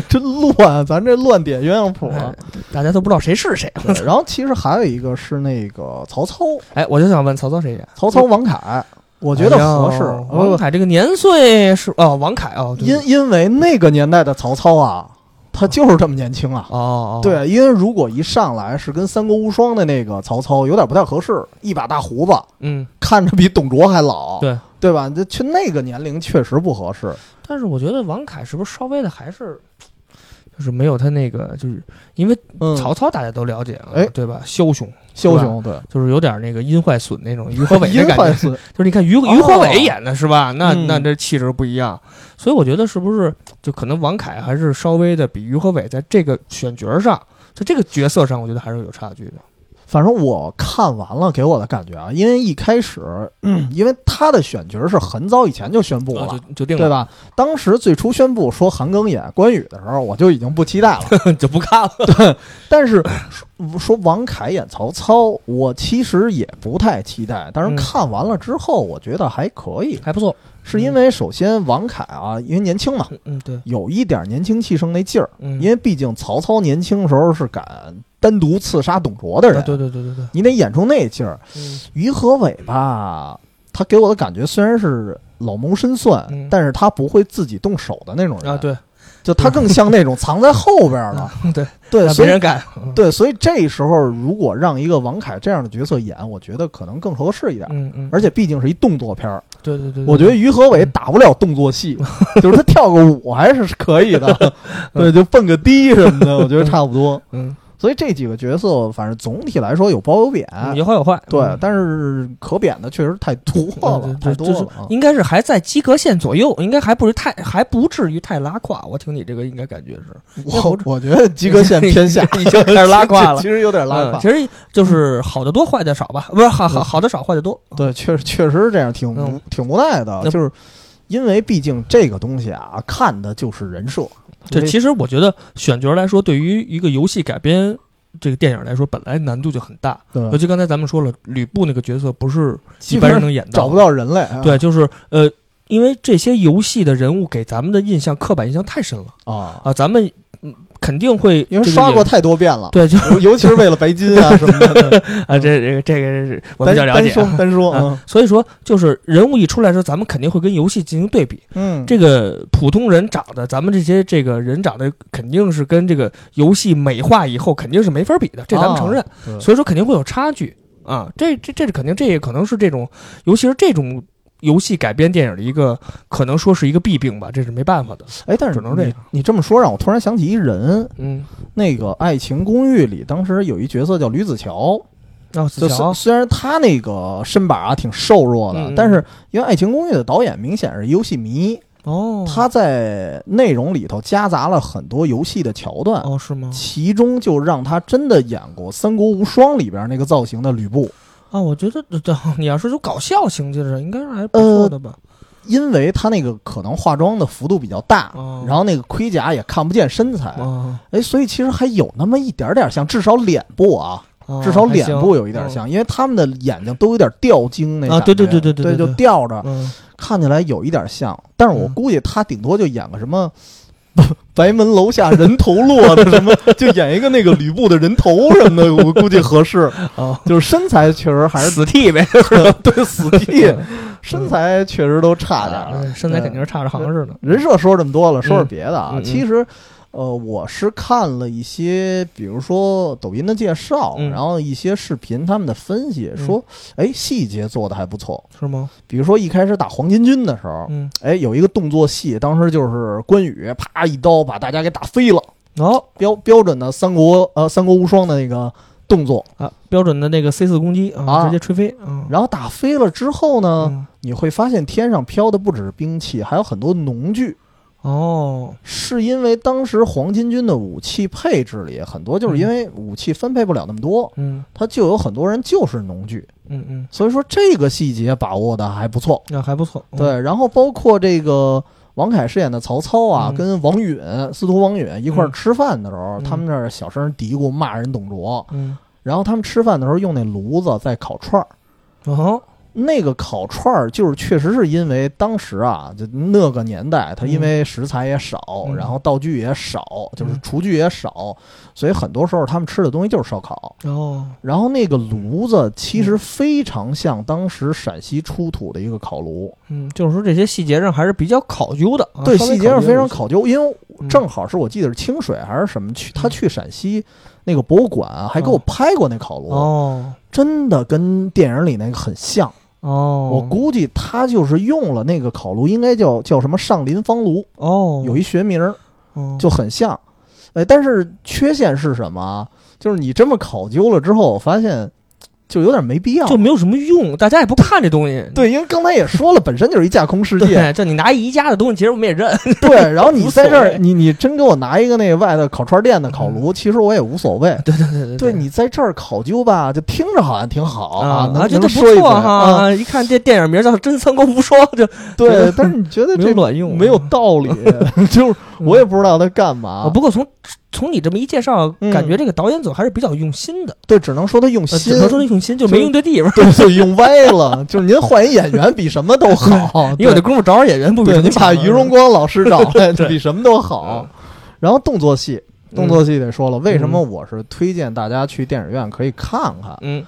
操
真乱，咱这乱点鸳鸯谱啊。
大家都不知道谁是谁。
对然后其实还有一个是那个曹操，
哎，我就想问曹操谁演？
曹操王凯，我
我
觉得合适。
王
呃
凯这个年岁是哦，王凯哦，对
因因为那个年代的曹操啊，他就是这么年轻啊。
哦哦，
对，因为如果一上来是跟《三国无双》的那个曹操有点不太合适，一把大胡子，
嗯，
看着比董卓还老，
对
对吧？这去那个年龄确实不合适。
但是我觉得王凯是不是稍微的还是，就是没有他那个，就是因为
嗯
曹操大家都了解啊，
哎
对吧？枭雄
枭雄对，
就是有点那个阴坏损那 种，于和伟
殷
的感
怀
觉。
斯
就是你看于
哦
于和伟演的是吧？那
嗯
那这气质不一样，所以我觉得是不是就可能王凯还是稍微的比于和伟在这个选角上，就这个角色上，我觉得还是有差距的。
反正我看完了，给我的感觉啊，因为一 开始，嗯，因为他的选角是很早以前就宣布
啊
了，
就就定
对
了，
吧？当时最初宣布说韩庚演关羽的时候，我就已经不期待 了。
就不看了。
但是说说王凯演曹操，我其实也不太期待。但是
嗯
看完了之后，我觉得还可以，
还不错，
是因为首先王凯啊，因为年轻嘛，
嗯嗯对，
有一点年轻气盛那劲儿。
嗯，
因为毕竟曹操年轻时候是敢单独刺杀董卓的
啊
人，
对对对对对，
你得演出那劲儿。
嗯
于和伟吧，他给我的感觉虽然是老谋深算，
嗯
但是他不会自己动手的那种人
啊，对，
就他更像那种藏在后边儿了。
对，
对，
让
嗯呃
别
所以
人干，嗯
对，所以这时候如果让一个王凯这样的角色演，我觉得可能更合适一点。
嗯嗯，
而且毕竟是一动作片儿，
对对对，对嗯
我觉得于和伟打不了动作戏，就是他跳个舞还是可以 的，对，就蹦个迪什么的，我觉得差不多。
嗯，
所以这几个角色，反正总体来说有褒有贬，
有好有坏，
啊对，
嗯
但是可贬的确实太多了，
对
太
对
多
对，就是
了啊。
应该是还在及格线左右，应该还不是太还不至于太拉胯。我听你这个应该感觉是，
我我觉得及格线偏下
已经开始拉胯了
其实有点拉
嗯
胯。嗯
其实就是好的多，坏的少吧，不是好好好的少，坏的多。
对，确实确实是这样，挺无、
嗯
挺无奈的，
那
就是因为毕竟这个东西啊，看的就是人设。
对，
因为
其实我觉得选角来说，对于一个游戏改编这个电影来说，本来难度就很大。尤
对，
其刚才咱们说了，吕布那个角色不是
嗯基
呃一
本
般人
上
能演
找
到
不
的。
到人类啊。
对，就是呃，因为这些游戏的人物给咱们的印象、刻板印象太深了
啊，
啊，咱们嗯肯定会
因为
这个
刷
也
过太多遍了，
对，就
尤其是为了白金啊什么的。
啊，这这个这个是 我比
单
较了
单
解啊。
说单说，嗯
所以说，就是人物一出来的时候，咱们肯定会跟游戏进行对比。
嗯，
这个普通人长得，咱们这些这个人长得肯定是跟这个游戏美化以后肯定是没法比的，这咱们承认。
对
所以说肯定会有差距啊，这这这是肯定，这也可能是这种，尤其是这种游戏改编电影的一个，可能说是一个弊病吧，这是没办法的。
哎，但是
只能这
你
样
你这么说让我突然想起一人，
嗯，
那个《爱情公寓》里，当时有一角色叫吕子乔，
然后
哦
嗯子
就虽
乔，
虽然他那个身板啊挺瘦弱的，
嗯嗯
但是因为《爱情公寓》的导演明显是游戏迷，
哦，
他在内容里头夹杂了很多游戏的桥段，
哦是 吗？
其中就让他真的演过《三国无双》里边那个造型的吕布。
哦
呃
啊，我觉得对，你要是就搞笑型就是应该是还不错的吧。
因为她那个可能化妆的幅度比较大，
哦
然后那个盔甲也看不见身材，
啊，
哎，所以其实还有那么一点点像，至少脸部啊，
啊
至少脸部有一
还
点
行嗯
像，因为他们的眼睛都有点吊睛那
啊
感觉
对对对对对
对
对
就
对
吊着，
嗯
看起来有一点像，但是我
嗯
估计他顶多就演个什么。 白门楼下人头落的什么，就演一个那个吕布的人头什么的，我估计合适。
哦，
就是身材确实 还
还是
是
死
啊
T 呗，
对死地，身材确实都差点儿
嗯，身材肯定是差着行似的。
人设说这么多了，说说别的啊。
嗯嗯嗯
其实，呃，我是看了一些，比如说抖音的介绍，
嗯
然后一些视频他们的分析，
嗯
说，哎，细节做的还不错。
是吗？
比如说一开始打黄巾军的时候，
嗯，
哎，有一个动作戏，当时就是关羽啪一刀把大家给打飞了，
哦
标标准的三国呃三国无双的那个动作。
啊，标准的那个 C 四攻击啊，
啊
直接吹飞啊。
然后打飞了之后呢，
嗯
你会发现天上飘的不只是兵器，还有很多农具。
哦，
是因为当时黄巾军的武器配置里很多，就是因为武器分配不了那么多，
嗯
他就有很多人就是农具，
嗯嗯，
所以说这个细节把握的还不错。
那还不错。嗯，
对，然后包括这个王凯饰演的曹操啊，
嗯
跟王允、司徒王允一块儿吃饭的时候，
嗯
他们那儿小声嘀咕骂人董卓，
嗯，
然后他们吃饭的时候用那炉子在烤串儿。
哦，
那个烤串儿就是确实是因为当时啊，就那个年代，它因为食材也少，
嗯
然后道具也少，就是
嗯
厨具也少，所以很多时候他们吃的东西就是烧烤。
哦，
然后那个炉子其
嗯
实非常像当时陕西出土的一个烤炉，
嗯，就是说这些细节上还是比较考究的啊，
对
稍微
细节上非常
一些
考究，因为
嗯
正好是我记得是清水还是什么去，他去陕西那个博物馆啊还给我
嗯
拍过那烤炉，
哦
真的跟电影里那个很像。
哦，
我估计他就是用了那个烤炉，应该叫叫什么上林方炉，
哦
有一学名儿
哦
就很像。哎，但是缺陷是什么啊？就是你这么考究了之后，我发现就有点没必要。
就没有什么用，大家也不看这东西。
对，因为刚才也说了，本身就是一架空世界。
对，这你拿宜家的东西，其实我们也认。
对，然后你
无所
在
谓嗯
这儿，你你真给我拿一个那外头烤串店的烤炉，其实我也无所谓。
对对对对
对你在这儿考究吧，就听着好像挺好
啊，
能
觉得
能
不
说一嘴
错
啊。
哈。一看这电影名叫《真三国无双》，就
对，但是你觉得
没有
这
卵用，啊
没有 道理，就是我也不知道他干嘛。
啊。不过从从你这么一介绍，
嗯
感觉这个导演组还是比较用心的，
对，只能说他用
呃
心
只，能说用心，就没用对地方。
对，就用歪了。就是您换一演员比什么 都好，
你有这功夫找找演员不比
对对，
人
你
强啊
把于荣光老师 找来，比什么都好。
嗯
然后动作戏，动作戏得说了，为什么我是推荐大家去电影院可以看看？
嗯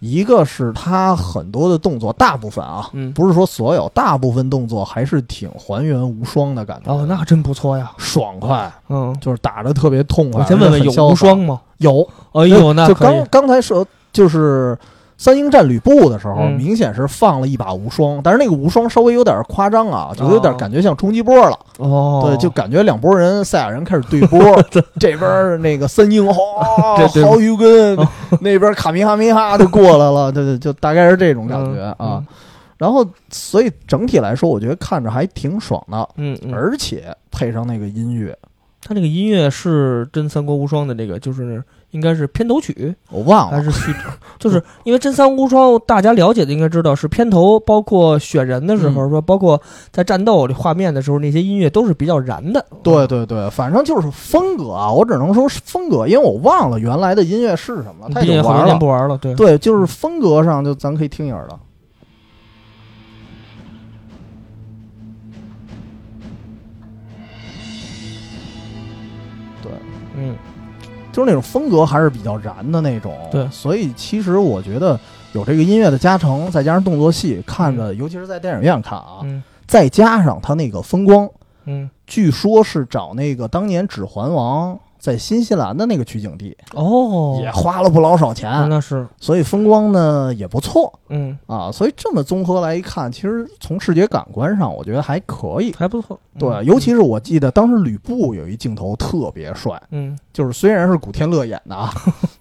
一个是他很多的动作，大部分啊，
嗯。
不是说所有，大部分动作还是挺还原无双的感觉，
哦，那真不错呀。
爽快，
嗯，
就是打的特别痛快。
我先问问
而且很
有无
潇洒
双吗？
有，
哎呦，那
就
可
刚
以。
刚才说就是三英战吕布的时候，
嗯
明显是放了一把无双，但是那个无双稍微有点夸张啊，就有点感觉像冲击波了。
哦，
对，就感觉两拨人赛亚人开始对波， 这边儿那个三英哗
对哦对
豪鱼根， 那边卡米哈米哈就过来了，对对，就大概是这种感觉
嗯
啊。然后，所以整体来说，我觉得看着还挺爽的，
嗯嗯，
而且配上那个音乐，
他这个音乐是《真三国无双》的这个，就是应该是片头曲
我忘
还
了，
是序？就是因为《真三国无双》，大家了解的应该知道是片头，包括选人的时候，
嗯
说包括在战斗这画面的时候，那些音乐都是比较燃的。
对对对，反正就是风格啊，我只能说是风格，因为我忘了原来的音乐是什么，
嗯，
他
毕
已
竟
经
好多
哦玩
年
了
不。玩了，对，
对，就是风格上，就咱可以听一耳了。对，
嗯
就是那种风格还是比较燃的那种。
对
所以其实我觉得有这个音乐的加成，再加上动作戏，看着，尤其是在电影院看啊，
嗯
再加上它那个风光，
嗯，
据说是找那个当年《指环王》在新西兰的那个取景地，
哦
也，花了不老少钱，
啊那是，
所以风光呢也不错。
嗯，
啊，所以这么综合来一看，其实从视觉感官上，我觉得还可以。
还不错。嗯
对，尤其是我记得当时吕布有一镜头特别帅，
嗯
就是虽然是古天乐演 的啊，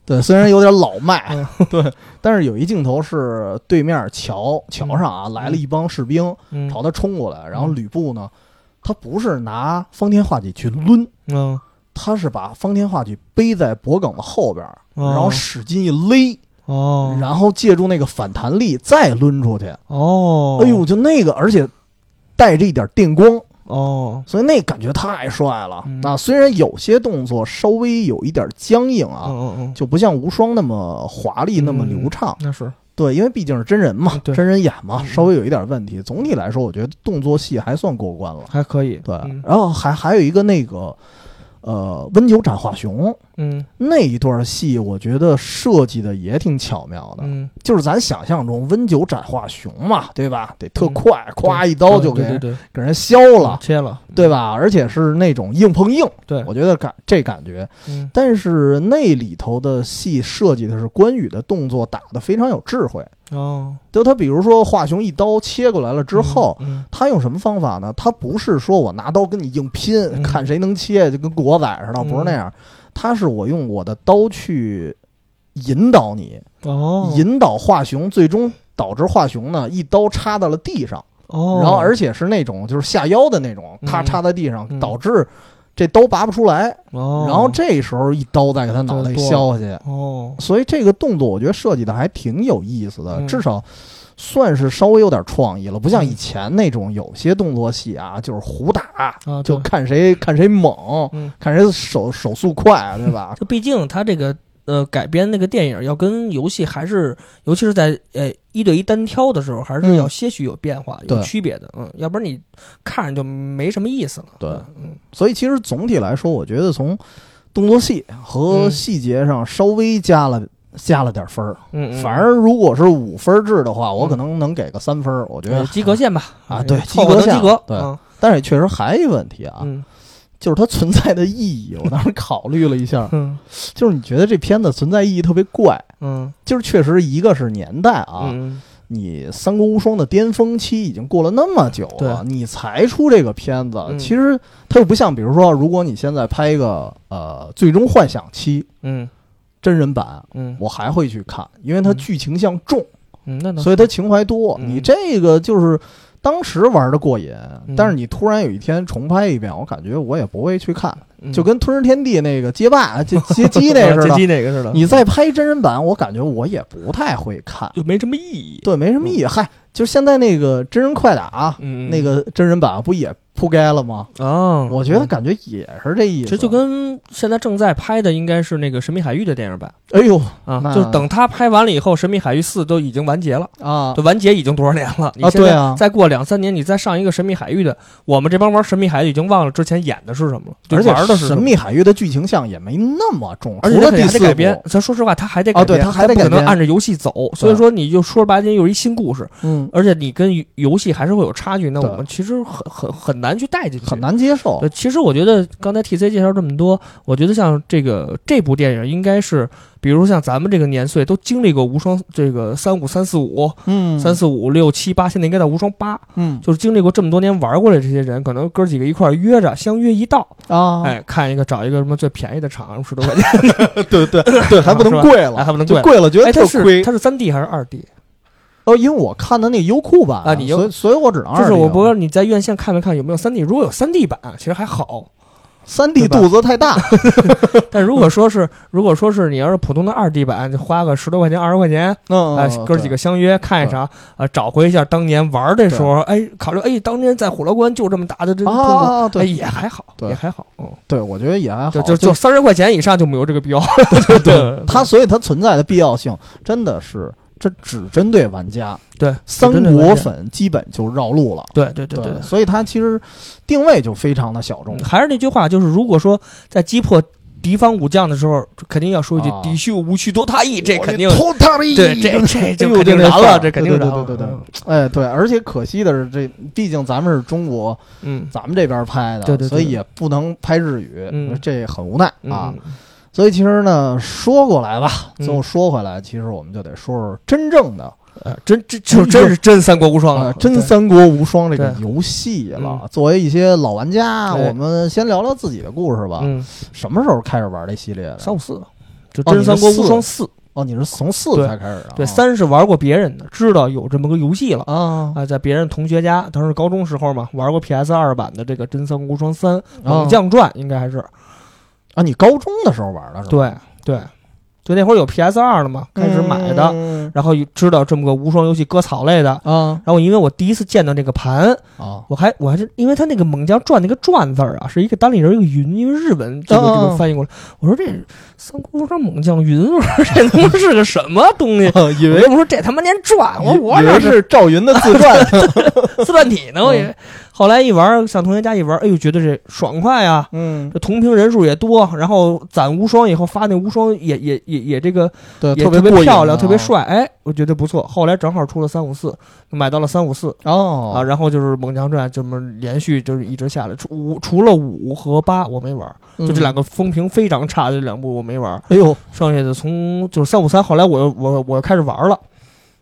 对，虽然有点老迈，
嗯
对，但是有一镜头是对面桥桥上啊来了一帮士兵
嗯
朝他冲过来，然后吕布呢，他不是拿方天画戟去抡，
嗯，
他是把方天画戟背在脖梗子后边儿，然后
哦
使劲一勒，
哦
然后借助那个反弹力再抡出去。哎
哦，
哎呦，，就那个，而且带着一点电光，
哦，
所以那感觉太帅了、
嗯
啊！虽然有些动作稍微有一点僵硬啊，
嗯嗯嗯，
就不像无双那么华丽、那么
嗯
流畅。
那是，
对，因为毕竟是真人嘛，
嗯对
真人演嘛，
嗯
稍微有一点问题。总体来说，我觉得动作戏还算过关了。
还可以，
对，
嗯
然后还还有一个那个，呃，温酒斩华雄
嗯
那一段戏，我觉得设计的也挺巧妙的。
嗯，
就是咱想象中温酒斩华雄嘛，对吧？得特
嗯
快，咵、一刀就给
对对
人
对，
给人削
对
了，
切了，
对吧？而且是那种硬碰硬，
对
我觉得感这感觉。
嗯
但是那里头的戏设计的是关羽的动作打得非常有智慧。
哦，
就他比如说华雄一刀切过来了之后，
嗯，
他用什么方法呢？他不是说我拿刀跟你硬拼，
嗯
看谁能切，就跟古惑仔似的，不是那样。他是我用我的刀去引导你，
嗯哦，
引导华雄，最终导致华雄呢一刀插到了地上，
哦，
然后而且是那种就是下腰的那种，
嗯
咔插在地上，
嗯
导致这刀拔不出来。
哦，
然后这时候一刀再给他脑袋削下去。
哦，
所以这个动作我觉得设计的还挺有意思的，
嗯
至少算是稍微有点创意了，不像
嗯
以前那种有些动作戏啊，就是胡打，
啊，
就
对
看谁看谁猛，
嗯
看谁手手速快，对吧？
就毕竟他这个呃改编那个电影要跟游戏还是，尤其是在呃一对一单挑的时候，还
嗯
是要些许有变化、
对
有区别的，嗯，要不然你看着就没什么意思了。
对
嗯，
所以其实总体来说，我觉得从动作戏和
嗯
细节上稍微加了。加了点分儿，
嗯嗯，
反而如果是五分制的话，我
嗯
可能能给个三分儿。我觉
呃
得，
及格线吧，
啊对
凑合能
及格线
及格，
对
嗯
但是也确实还有一问题啊，
嗯
就是它存在的意义。我 当时考虑了一下，
嗯
就是你觉得这片子存在意义特别怪，
嗯
就是确实一个是年代啊，
嗯
你《三国无双》的巅峰期已经过了那么久了，你才出这个片子，
嗯
其实它又不像，比如说，如果你现在拍一个呃《最终幻想七》
嗯
真人版，
嗯
我还会去看，因为它
嗯
剧情向重，
嗯，那能
所以它情怀多。
嗯
你这个就是。当时玩的过瘾，
嗯
但是你突然有一天重拍一遍，我感觉我也不会去看，
嗯
就跟《吞食天地》那个街霸、 街街机那似的
街，机那个似的，
你再拍真人版，我感觉我也不太会看，
就没什么意义。
对，没什么意义。嗨，就是现在那个真人快打、
嗯，
那个真人版不也铺盖了吗？
啊，
我觉得感觉也是这意
其
思。
实就跟现在正在拍的应该是那个《神秘海域》的电影版。
哎呦
啊
那，
就是等他拍完了以后，《神秘海域四》都已经完结了，
啊
就完结已经多少年了
啊对
啊
啊，
再过两三年，你再上一个《神秘海域》的，我们这帮玩《神秘海域》已经忘了之前演的是什么了，就
而且
玩的是什
神
么。
秘海域的剧情像也没那么重，
而且
除了
它
第
还
四
得
部
改编，咱说实话，他还得
啊
改
对
编，
它还得
不可
改
能
编啊
按着游戏走，所以说你就说白了，又是一新故事，
嗯，
而且你跟游戏还是会有差距，那
对
我们其实很很很难去带进去，
很难接受
对，。呃其实我觉得刚才 T C 介绍这么多，我觉得像这个这部电影应该是，比如像咱们这个年岁都经历过无双这个三五三四五
嗯，
三四五六七八，现在应该到无双八，
嗯
就是经历过这么多年玩过来的这些人，可能哥几个一块儿约着相约一道，
啊，
哎，看一个找一个什么最便宜的场，十多块钱，
对对 对，还不能贵
哎
了，
还不能
就
贵。
贵了觉
哎，
得
它
特
是
亏。
它是三 D 还是二 D？
哦，因为我看的那优酷版
啊你优
所以所以我只能
就是我不知道
不
你在院线看没看有没有三 D，如果有三 D 版，其实还好。
三
对
D
吧
肚子太大，
但如果说是如果说是你要是普通的二 D 版，就花个十多块钱二十块钱，
嗯
哎，哥几个相约看一场，啊，找回一下当年玩的时候，哎，考虑，哎，当年在虎牢关就这么大的这个痛苦，
啊，
哎，
对
也还好，
对
也还好，嗯，
对，我觉得也还好，
就就就三十块钱以上就没有这个必要，对 对
它，所以它存在的必要性真的是，这只针对玩家，
对
三国，粉基本就绕路了。
对对对对。
所以它其实定位就非常的小众
嗯。还是那句话，就是如果说在击破敌方武将的时候，肯定要说一句
啊
“敌秀无需多他意”，这肯定
我偷他的意义
对， 这这
哎
就
呦
肯定
这
燃
事儿
了，这肯定嗯
对
燃
对
了，
对对对哎，对，而且可惜的是，这毕竟咱们是中国，
嗯
咱们这边拍的，
对对对
所以也不能拍日语，
嗯
这很无奈
嗯
啊。，所以其实呢，说过来吧，
嗯
最后说回来，其实我们就得说说真正的
呃，真真就真是真三国无双
啊
了，，
真
对
三国无双这个
对
游戏了
嗯。
作为一些老玩家，
对
我们先聊聊自己的故事吧。
嗯，
什么时候开始玩这系列的？
三五四，就
啊哦你
真
是
三国
四
无双四，
哦，你是从四
对
才开始的啊？
对，三是玩过别人的，知道有这么个游戏了。
啊，
啊，在别人同学家，当时高中时候嘛，玩过 PS 二版的这个《真三国无双三》《
啊
猛将传》，应该还是
啊，你高中的时候玩的是吧？
对对，就那会儿有 PS 二了嘛，开始买的，
嗯
然后知道这么个无双游戏割草类的。
啊
然后因为我第一次见到那个盘，
啊
我还我还是因为它那个猛将传那个转字儿啊，是一个单立人一个云，因为日本这个
哦？
这个翻译过来，我说这三国无双猛将云，我说这他妈是个什么东西
以
我
为
跟我说这他妈连转，我我
以
哪
为
是
是啊赵云的自传，
自传体呢？我
嗯
以为。后来一玩儿上同学家一玩儿，哎呦，觉得这爽快啊！
嗯，
这同屏人数也多，然后攒无双以后发那无双也也也也这个
对，
也
别
别
过瘾
漂亮，
啊
特别，帅，哎，我觉得不错。后来正好出了三五四，买到了三五四
哦
啊，然后就是《猛将传》这么连续就是一直下来，除五除了五和八我没玩，就这两
个，
个风评非常差的这两部我没玩，
嗯哎呦，
剩下的从就是三五三，后来我又我我开始玩了。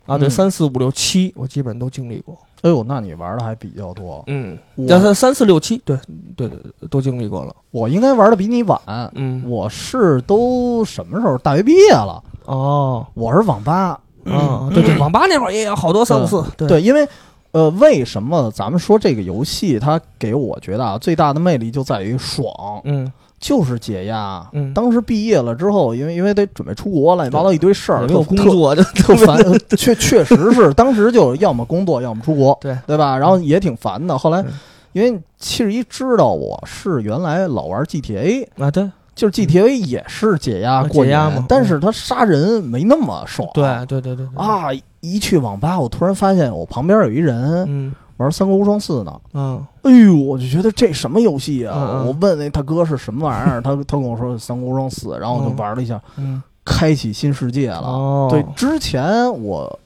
啊，对，
嗯
三四五六七，我基本都经历过。
哎呦，那你玩的还比较多，
嗯，但
我
是三四六七，对
嗯
对对，对都经历过了。
我应该玩的比你晚，
嗯，
我是都什么时候大学毕业了，
哦，
我是网吧，
啊，对对，网吧那会儿也有好多三五四，对
对，因为呃，为什么咱们说这个游戏它给我觉得啊最大的魅力就在于爽，
嗯
就是解压。
嗯，
当时毕业了之后，因为因为得准备出国，乱七八糟一堆事儿，
没有
特
工作就
特特烦，呃 确确实是，当时就要么工作，要么出 国，
对
对吧？然后也挺烦的。后来
嗯
因为七十一知道我是原来老玩 GTA，
啊，对
就是 GTA 也是解压
啊
过
解
瘾
压嘛，
但是它杀人没那么爽。
对对对对，
啊，一去网吧，我突然发现我旁边有一人。
嗯
玩《三国无双四》呢。
嗯
哎呦，我就觉得这什么游戏啊！
嗯嗯
我问那大哥是什么玩意儿，他他跟我说《三国无双四》，然后我就
嗯
玩了一下，
嗯，
开启新世界了。
哦，
对，之前我，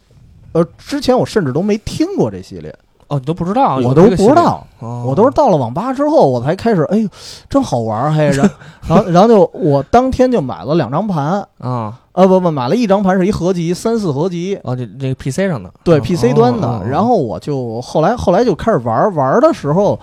呃，之前我甚至都没听过这系列，
哦，你都不知道，
我都不知，道，
我
我都是到了网吧之后，我才开始，哎呦，真好玩儿，嘿， 然后然后然后就我当天就买了两张盘。
啊，
啊不不，买了一张盘是一合集，三四合集，
哦，这这个 PC 上的，哦
对 PC 端的。然
后
后我就后来后来就开始玩儿，玩儿的时候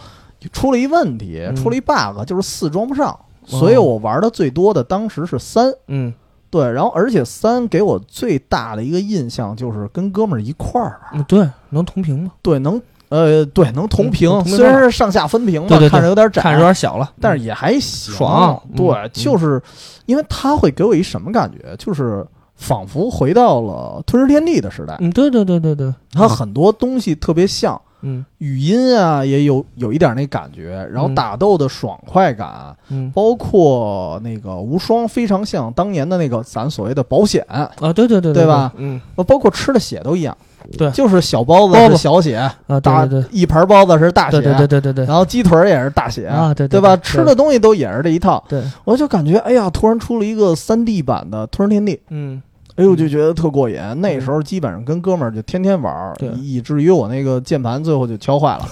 出了一问题，
嗯哦
出了一 bug，就是四装不上，所以我玩的最多的当时是三。
嗯
对，然后而且三给我最大的一个印象就是跟哥们儿一块儿玩，
嗯，对，能同屏吗？
对，能呃对能同屏，
嗯同屏
虽然是上下分屏吧，
对对对
看着有点窄，
看着有点小了，
但是也还行，
爽嗯
对
嗯，
就是因为它会给我一什么感觉，就是仿佛回到了《吞食天地》的时代，
嗯，对对对对对，
它很多东西特别像。
嗯
语音啊也有有一点那感觉，然后
嗯
打斗的爽快感，
嗯
包括那个无双非常像当年的那个咱所谓的保险，
啊，对对对
对吧？
嗯
呃包括吃的血都一样，
对
就是小包
包
子
子
是小血，
啊，对
大
对
一盘包子是大血，
对对对对对对对
然后鸡腿儿也是大血
啊对对
吧？
对
吃的东西都也是这一套，
对，
我就感觉哎呀，突然出了一个三 D 版的《吞食天地》，
嗯
哎呦，就觉得特过瘾。那时候基本上跟哥们儿就天天玩儿
对，
以至于我那个键盘最后就 敲坏了，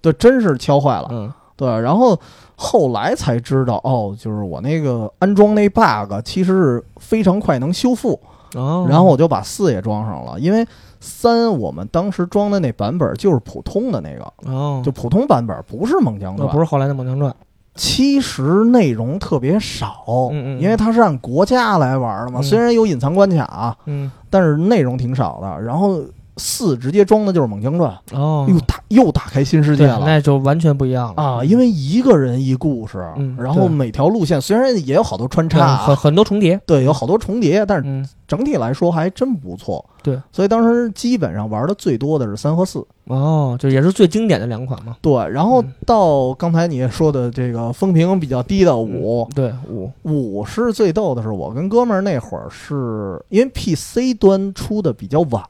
对，真是敲坏了。
嗯
对，然后后来才知道，哦，就是我那个安装那 bug 其实是非常快能修复，
哦，
然后我就把四也装上了，因为三我们当时装的那版本就是普通的那个，
哦
就。普通版本，不是猛将
那
传，
不是后来的《猛将传》，
其实内容特别少，
嗯嗯嗯
因为它是按国家来玩的嘛，
嗯
虽然有隐藏关卡啊，
嗯，
但是内容挺少的。然后四直接装的就是《猛将传》
哦，
又打又打开新世界
对，
了
那就完全不一样了
啊！因为一个人一故事，
嗯
然后
对
每条路线虽然也有好多穿
对
插
很
啊，
很多重叠，
对，有好多重叠，但是
嗯，
整体来说还真不错。
对，
所以当时基本上玩的最多的是三和四。
哦，就也是最经典的两款嘛。
对，然后
嗯
到刚才你也说的这个风评比较低的五、
对五，
五是最逗的是，我跟哥们儿那会儿是因为 PC 端出的比较晚，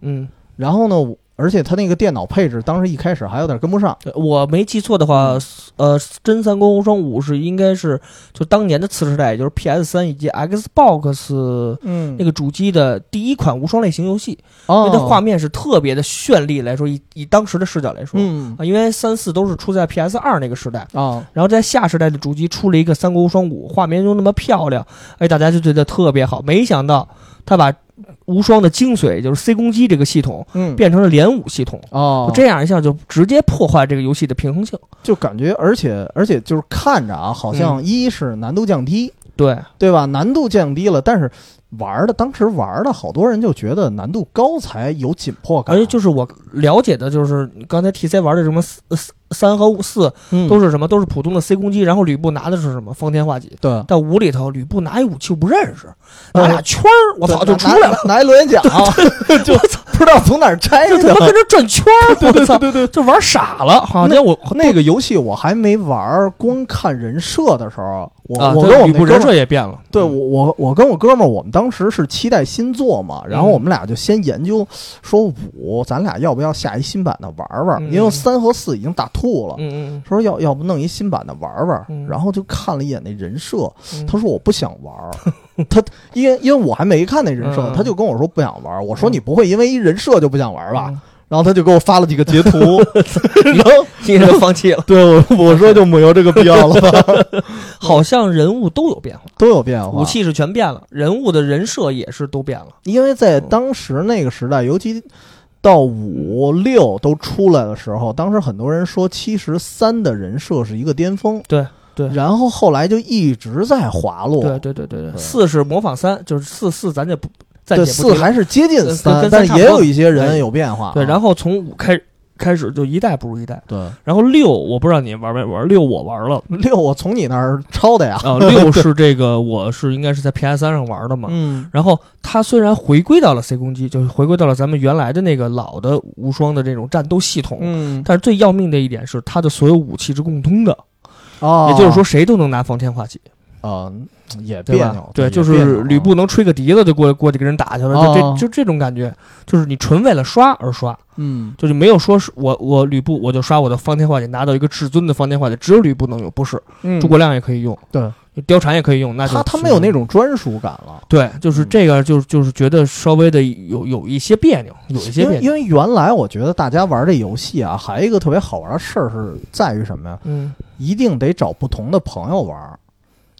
嗯，
然后呢，我而且它那个电脑配置当时一开始还有点跟不上。
对我没记错的话，
嗯
呃，《真三国无双五》是应该是就当年的次世代，也就是 PS 三以及 Xbox
嗯
那个主机的第一款无双类型游戏，因
哦
为它画面是特别的绚丽来说，以以当时的视角来说。
嗯
啊，因为三四都是出在 PS 二那个时代，
啊，
然后在下时代的主机出了一个《三国无双五》，画面又那么漂亮，哎，大家就觉得特别好。没想到他把无双的精髓，就是 C 攻击这个系统，
嗯
变成了连舞系统，
哦
就，这样一下就直接破坏这个游戏的平衡性。
就感觉，而且而且就是看着啊，好像一是难度降低，
对，
对吧？难度降低了，但是玩儿的，当时玩儿的好多人就觉得难度高才有紧迫感，
而且就是我了解的，就是你刚才 T C 玩的什么四四三和五四
嗯
都是什么，都是普通的 C 攻击，然后吕布拿的是什么方天画戟。
对，
但五里头，吕布拿一武器我不认识，拿俩圈儿，我操
嗯对
就出来了，
拿拿拿一螺旋桨， 就不知道从哪儿摘
就他妈
的。
跟哎这转圈儿，我操，就玩傻了，好像我
那个游戏我还没玩儿，光看人设的时候，我、
啊，
我
对
跟我
吕
们那
布
哥
人
们儿，
设也变了，嗯
对我我我跟我哥们儿，我们当时是期待新作嘛，然后
嗯
我们俩就先研究说五，咱俩要不要下一新版的玩玩？
嗯
因为三和四已经打吐了，
嗯嗯
说要要不弄一新版的玩玩，
嗯
然后就看了一眼那人设，
嗯，
他说我不想玩儿，他因为因为我还没看那人设，
嗯
他就跟我说不想玩儿。我说
嗯
你不会因为一人设就不想玩儿吧？
嗯？
然后他就给我发了几个截 图，然后
你就放弃了，
对我我说就没有这个必要了吧，
好像人物都有变化，
都有变化
武。器是全变了，人物的人设也是都变了。
因为在当时那个时代，尤其到五六都出来的时候，当时很多人说七十三的人设是一个巅峰，
对对
然后后来就一直在滑落，
对对对对对，
对
四是模仿三，就是四四咱就不暂
对
且不
四
提了
还是接近
跟
三，
跟三
但是
差不
也
多
有一些人
哎
有变化啊。
对，然后从五开开始就一代不如一代，
对
然后六我不知道你玩没玩，六我玩了。
六，我从你那儿抄的 呀。
啊，六是这个，我是应该是在 PS 三上玩的嘛。
嗯
然后它虽然回归到了 C 攻击，就是回归到了咱们原来的那个老的无双的这种战斗系统，
嗯，
但是最要命的一点是，它的所有武器是共通的，嗯
哦，
也就是说谁都能拿方天画戟，
啊，也
对
别
吧
扭，？
对，
也
就是
别扭
吕布能吹个笛子就过过去跟人打去了，就
哦
这就这种感觉，就是你纯为了刷而刷。
嗯，
就是没有说是我我吕布我就刷我的方天画戟拿到一个至尊的方天画戟，只有吕布能有，不是
嗯
诸葛亮也可以用，
对，
貂蝉也可以用，那就
他他没有那种嗯专属感了。
对，就是这个就是就是觉得稍微的有有一些别扭，有一些
因为
别
因
扭，
为原来我觉得大家玩这游戏啊，还有一个特别好玩的事儿是在于什么呀？
嗯，
一定得找不同的朋友玩儿，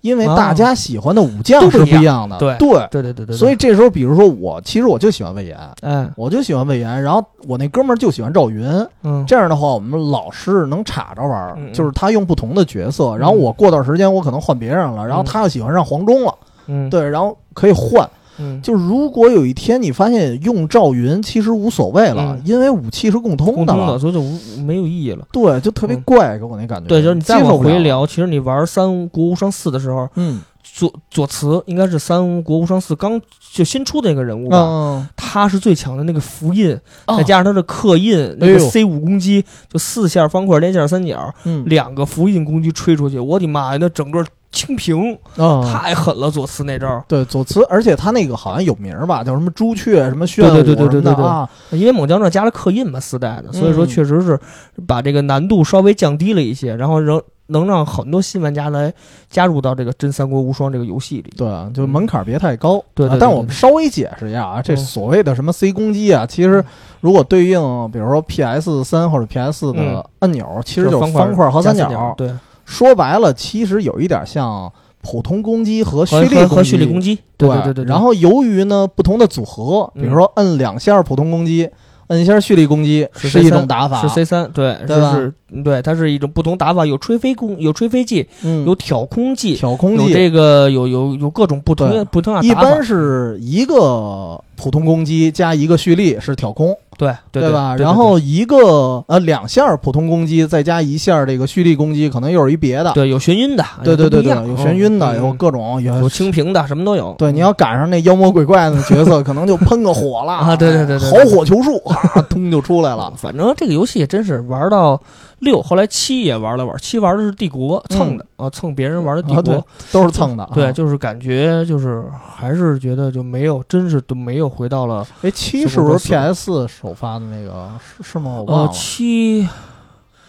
因为
啊
大家喜欢的武将
都不
是
一
不一样的。
对
对，
对对对对，对
所以这时候，比如说我，其实我就喜欢魏延，
哎
我就喜欢魏延，然后我那哥们儿就喜欢赵云，
嗯
这样的话，我们老是能插着玩儿，
嗯嗯
就是他用不同的角色，然后我过段时间我可能换别人了，然后他又喜欢上黄忠了，
嗯
对，然后可以换。
嗯
就如果有一天你发现用赵云其实无所谓了，
嗯
因为武器是共通
共
的
通
了，
的，所以就无没有意义了。
对，就特别
嗯
怪，给我那感觉。
对，就是你
接
再
受
往
不了
回，聊，其实你玩《三国无双四》的时候，
嗯，
左左慈应该是《三国无双四》刚就新出的那个人物吧，
嗯，
他是最强的那个符印，
啊
再加上他的刻印，那
哎
个
呦
C 五攻击，就四下方块连下三角，
嗯，
两个符印攻击吹出去，我的妈呀，那整个清屏
啊，
太狠了，左慈那招，
对，左慈，而且他那个好像有名儿吧，叫什么朱雀，什么炫
对对
舞
对对
什么的
对对
啊，
因为猛将这加了刻印嘛，四代的，所以说
嗯
确实是把这个难度稍微降低了一些，然后仍能让很多新玩家来加入到这个《真三国无双》这个游戏里。
对，就门槛儿别太高。
嗯对对
啊
对
但
对
我们稍微解释一下啊，这
嗯
所谓的什么 C 攻击啊，其实如果对应比如说 PS 三或者 PS
嗯
的按钮，其实
就
就是是
方
方块和
加
三
角
角。
对，
说白了，其实有一点像普通攻击和蓄
和
力
和和蓄力攻
击。
击，
对
对对对。嗯
然后由于呢不同的组合，比如说摁两下普通攻击，摁一下蓄力攻击
是
一
C3
种打法。
是 C 三，对，
对吧
就是嗯对，它是一种不同打法，有吹飞攻，有吹飞技，
嗯，
有挑空技，
挑空
有
击。
这个有有有各种不同
对
的不同的
一
打法
般是一个普通攻击加一个蓄力是挑空，
对对对
吧？
对对
然后一个呃两下儿普通攻击，再加一下儿这个蓄力攻击，可能又是一别的。
对有眩晕的，
对对对
都
对，
不一样
有眩晕
嗯
的，有各种
有
有。
清屏的，什么都有。
对，你要赶上那妖魔鬼怪的角色，可能就喷个火啦
啊对对对对
好
对
火球术，哈，通就出来了。
嗯反正这个游戏也真是玩到六，后来七也玩了玩，七玩的是帝国蹭的啊，蹭别人玩的帝
嗯啊对
国，
都是蹭的啊。
对，就是感觉就是还是觉得就没有，真是都没有回到了
哎，七是不是 PS 首发的那个？是是吗？我忘
呃
了。
七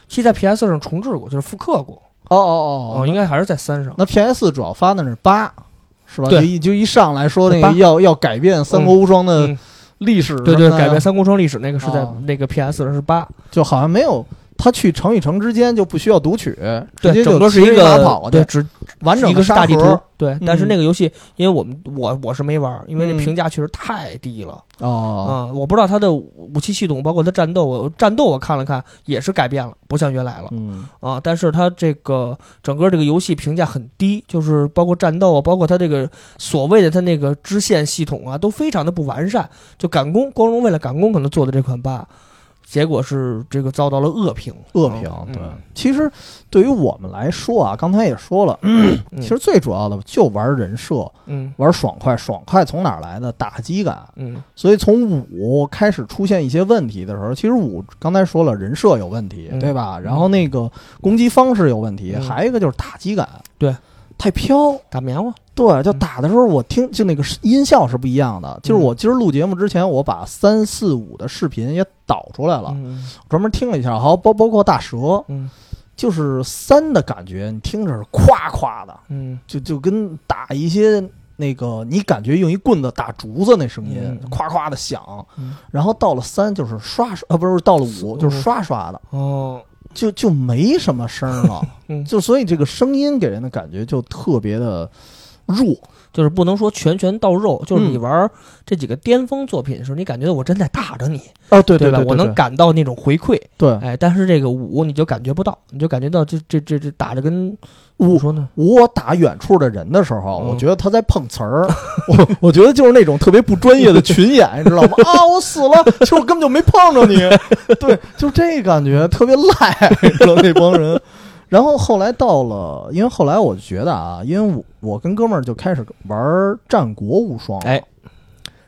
七在 PS 上重置过，就是复刻过，
哦哦
哦，
哦，
应该还是在三上。
那 PS 主要发的是八，是吧？
对
就一就一上来说那
八
个要要改变三国无双的
嗯，
历史，
对对，改变，三国无双历史那个是在
啊
那个 PS 上是八，
就好像没有他去城与城之间就不需要读取，直
对，
接就
整个是一
骑着马跑
个
过去
对，只
完整
一
的
个是大
沙
地图
盒，
对，但是
嗯
那个游戏，因为我们我我是没玩儿，因为
嗯
那评价确实太低了
哦，
啊、我不知道它的武器系统，包括它战斗，我战斗我看了看也是改变了，不像原来了
嗯
啊。但是它这个整个这个游戏评价很低，就是包括战斗啊，包括它这个所谓的它那个支线系统啊，都非常的不完善。就赶工，光荣为了赶工可能做的这款吧，结果是这个遭到了恶评，
恶评
嗯
对。其实对于我们来说啊，刚才也 说了，
嗯
其实最主要的就玩人设，
嗯
玩爽快。爽快从哪儿来的？打击感。
嗯
所以从五开始出现一些问题的时候，其实五刚才说了人设有问题，
嗯
对吧？然后那个攻击方式有问题，
嗯
还有一个就是打击感，
对，
太飘。
打棉花，
对，就
嗯
打的时候，我听就那个音效是不一样的。就是
嗯
我今儿录节目之前，我把三四五的视频也导出来了，
嗯
专门听了一下。好，包包括大蛇，
嗯
就是三的感觉，你听着是夸夸的，
嗯
就就跟打一些那个你感觉用一棍子打竹子那声音，
嗯
夸夸的响。
嗯
然后到了三就是刷刷，啊，不是到了五就是刷刷的，
哦，
就就没什么声儿了。
嗯
就所以这个声音给人的感觉就特别的弱。
就是不能说拳拳到肉，就是你
嗯
玩儿这几个巅峰作品的时候，你感觉到我真在打着你，
哦，对
吧？
对，嗯
我能
感
感到那种回馈，
对。
哎，但是这个五你就感觉不到，你就感觉到这这这这打着跟怎么说呢？
我打远处的人的时候，
嗯
我觉得他在碰 瓷儿，我我觉得就是那种特别不专业的群演，你 知道吗？啊，我死了，其实我根本就没碰着你，对，就这感觉特别赖，你知道那帮 人。然后后来到了，因为后来我就觉得啊，因为我我跟哥们儿就开始玩《战国无双》
哎，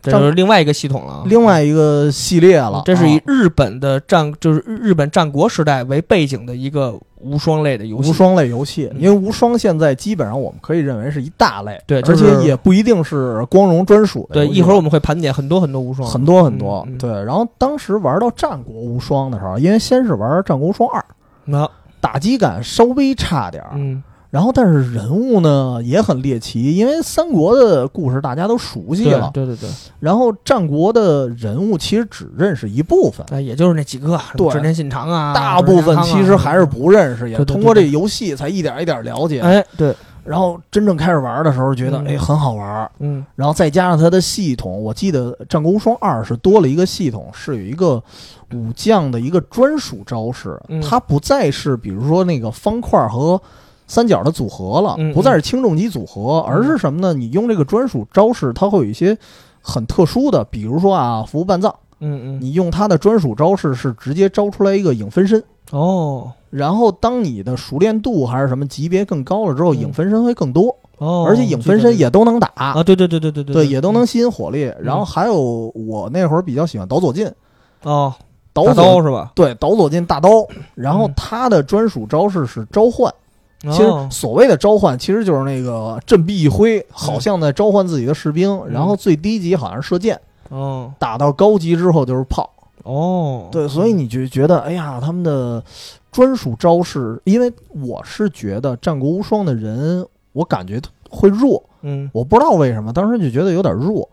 这就是另外一个系统了啊。
另外一个系列了，
这是
啊
以日本的战，就是日日本战国时代为背景的一个无双类的游戏。
无双类游戏，
嗯
因为无双现在基本上我们可以认为是一大类，
对
而
就是
且也不一定是光荣专属的
对，
游戏了。
一会儿我们会盘点很多很多无双，
很多很多、
嗯嗯
对。然后当时玩到战国无双的时候，因为先是玩战国无双二，
那
打击感稍微差点儿、
啊嗯，
然后但是人物呢也很猎奇，因为三国的故事大家都熟悉
对
了，
对对对，
然后战国的人物其实只认识一部分。
哎，也就是那几个，什
对
么织田信长啊，
大部分其实还是不认识，也
对对对
通过这游戏才一点一点了解。
哎，对，
然后真正开始玩的时候，觉得
嗯
哎很好玩儿，
嗯
然后再加上它的系统，我记得《战国无双二》是多了一个系统，是有一个武将的一个专属招式，
嗯
它不再是比如说那个方块和三角的组合了，
嗯
不再是轻重级组合，
嗯
而是什么呢？你用这个专属招式，它会有一些很特殊的，比如说啊，服部半藏，
嗯嗯，
你用它的专属招式是直接招出来一个影分身。
哦
然后，当你的熟练度还是什么级别更高了之后，
嗯
影分身会更多，
哦，
而且影分身也都能打
啊，对对对对对对
对，
对，嗯
也都能吸引火力。然后还有我那会儿比较喜欢倒左进，
哦，
倒
大
左
刀是吧？
对倒左进大刀。然后
嗯
他的专属招式是召唤，其实
哦
所谓的召唤其实就是那个振臂一挥，好
嗯
像在召唤自己的士兵。然后最低级好像是射箭，
哦
打到高级之后就是炮。
哦，
对，所以你就觉得哎呀，他们的专属招式，因为我是觉得战国无双的人，我感觉会弱。
嗯
我不知道为什么，当时就觉得有点弱。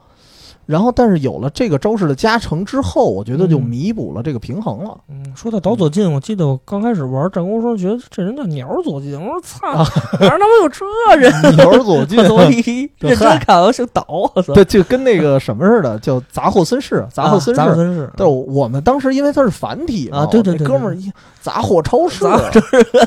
然后，但是有了这个招式的加成之后，我觉得就
嗯
弥补了这个平 衡了。
嗯，说到岛左近，我记得我刚开始玩战功时候，觉得这人叫鸟左近，我说操，哪儿他妈有这人？
鸟儿左进
我 一认真看，我姓岛，我操，
对，就跟那个什么似的，叫杂货森士，杂货森
啊杂货
士。
森士，
对，我们当时因为它是繁体嘛，
啊对对对
我那
对
哥们儿一杂货超市啊
杂，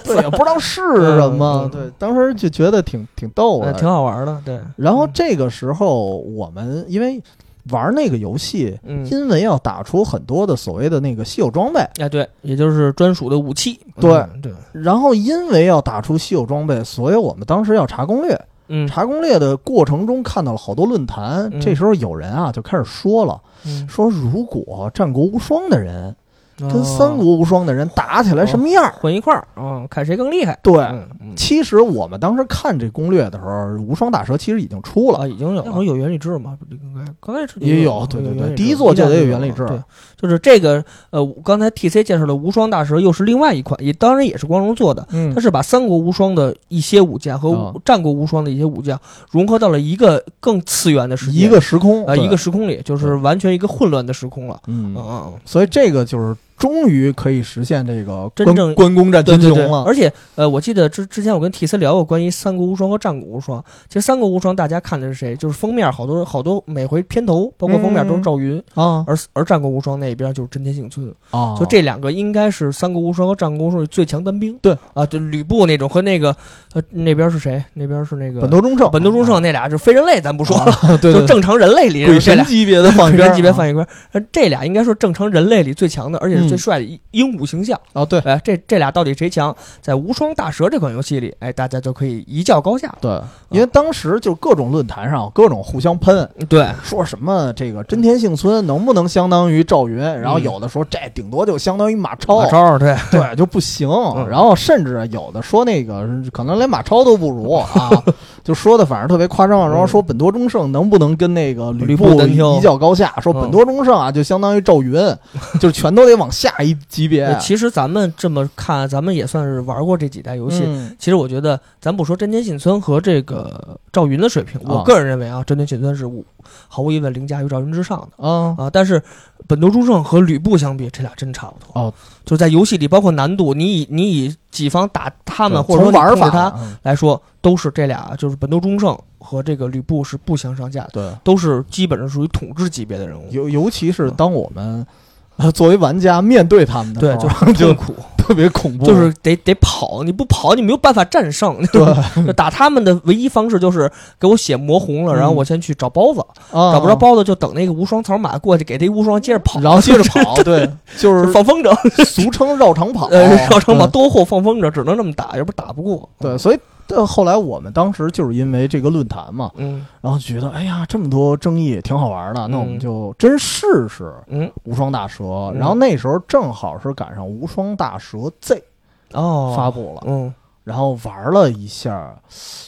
对，也不知道是什
嗯
么，
嗯
对，当时就觉得挺挺逗
哎
的。
挺好玩的，对，
然后这个时候，我们因为玩那个游戏，
嗯。
因为要打出很多的所谓的那个稀有装备，
哎，对，也就是专属的武器。
对
嗯对，
然后因为要打出稀有装备，所以我们当时要查攻略。
嗯
查攻略的过程中看到了好多论坛，
嗯
这时候有人啊就开始说了，
嗯，
说如果战国无双的人跟
哦
三国无双的人打起来什么样儿？
混一块儿啊，看谁更厉害。
对，
嗯，嗯
其实我们当时看这攻略的时候，无双打蛇其实已经出了。
啊，已经有那会儿有原理制嘛，应该刚开始
也有对对对第一座就得有原理制
对，就是这个呃，刚才 T C 介绍的无双大蛇又是另外一款，也当然也是光荣做的，
嗯
它是把三国无双的一些武将和
啊
武战国无双的一些武将融合到了一个更次元的世界，
一个时空
呃
对
一个时空里，就是完全一个混乱的时空了。嗯
嗯，
嗯
所以这个就是终于可以实现这个
真
关
正
关公战
对
群
对
雄
对，
了。
而且呃，我记得之之前我跟 T C 聊过关于三国无双和战国无双。其实三国无双大家看的是谁？就是封面好多好多，每回片头包括封面都是赵云，
啊
而而战国无双那边就是真田幸村。
啊
就这两个应该是三国无双和战国无双最强单兵。
对
啊，就吕布那种和那个呃那边是谁？那边是那个
本多忠胜，
本多忠胜那俩，就非人类咱不说了，
啊，对
就
对，
正常人类里
鬼
这
神
俩。
级别的放一
鬼
边
神
儿
级别
啊
放一边儿，呃这俩应该说正常人类里最强的，而且是最
嗯
帅的英鹦鹉形象。
啊，对
哎，这这俩到底谁强？在《无双大蛇》这款游戏里，哎，大家就可以一较高下。
对，因为当时就各种论坛上各种互相喷，
对，
说什么这个真田幸村能不能相当于赵云，然后有的说这顶多就相当于马超，
嗯超对，
对就不行，
嗯
然后甚至有的说那个可能连马超都不如 啊，就说的反正特别夸张，然后说本多忠胜能不能跟那个
嗯吕布
布
单挑
一较高下，说
嗯
本多忠胜啊就相当于赵云，就是全都得往下一 级别
呃，其实咱们这么看，咱们也算是玩过这几代游戏。
嗯
其实我觉得，咱不说真田幸村和这个赵云的水平，我
啊
个人认为啊，真田幸村是无毫无疑问凌驾于赵云之上的
啊
啊。但是本多忠胜和吕布相比，这俩真差不多。
哦，
就在游戏里，包括难度，你以你以己方打他们，或者说
从
你
玩
控制
法
他
嗯
来说，都是这俩，就是本多忠胜和这个吕布是不相上下的。
对。
都是基本上属于统治级别的人物，
尤尤其是当我们呃作为玩家面对他们的
对，
时
就
候，
是
哦就
痛苦，
特别恐怖，
就是得得跑，你不跑你没有办法战胜。
对
就打他们的唯一方式就是给我血磨红了，
嗯
然后我先去找包子，
啊
找不着，包子就等那个无双草马过去，给这无双接着跑，
然后接着 跑，对，就
就是
是
放风筝，
俗称绕场跑， 哦
呃，绕城跑
对
多后放风筝，只能这么打，要不打不过。
对，所以。呃，后来我们当时就是因为这个论坛嘛，
嗯
然后觉得哎呀，这么多争议挺好玩的，那我
嗯
们就真试试
嗯
无双大蛇。然后那时候正好是赶上无双大蛇 Z
哦，
发布了，
嗯
然后玩了一下，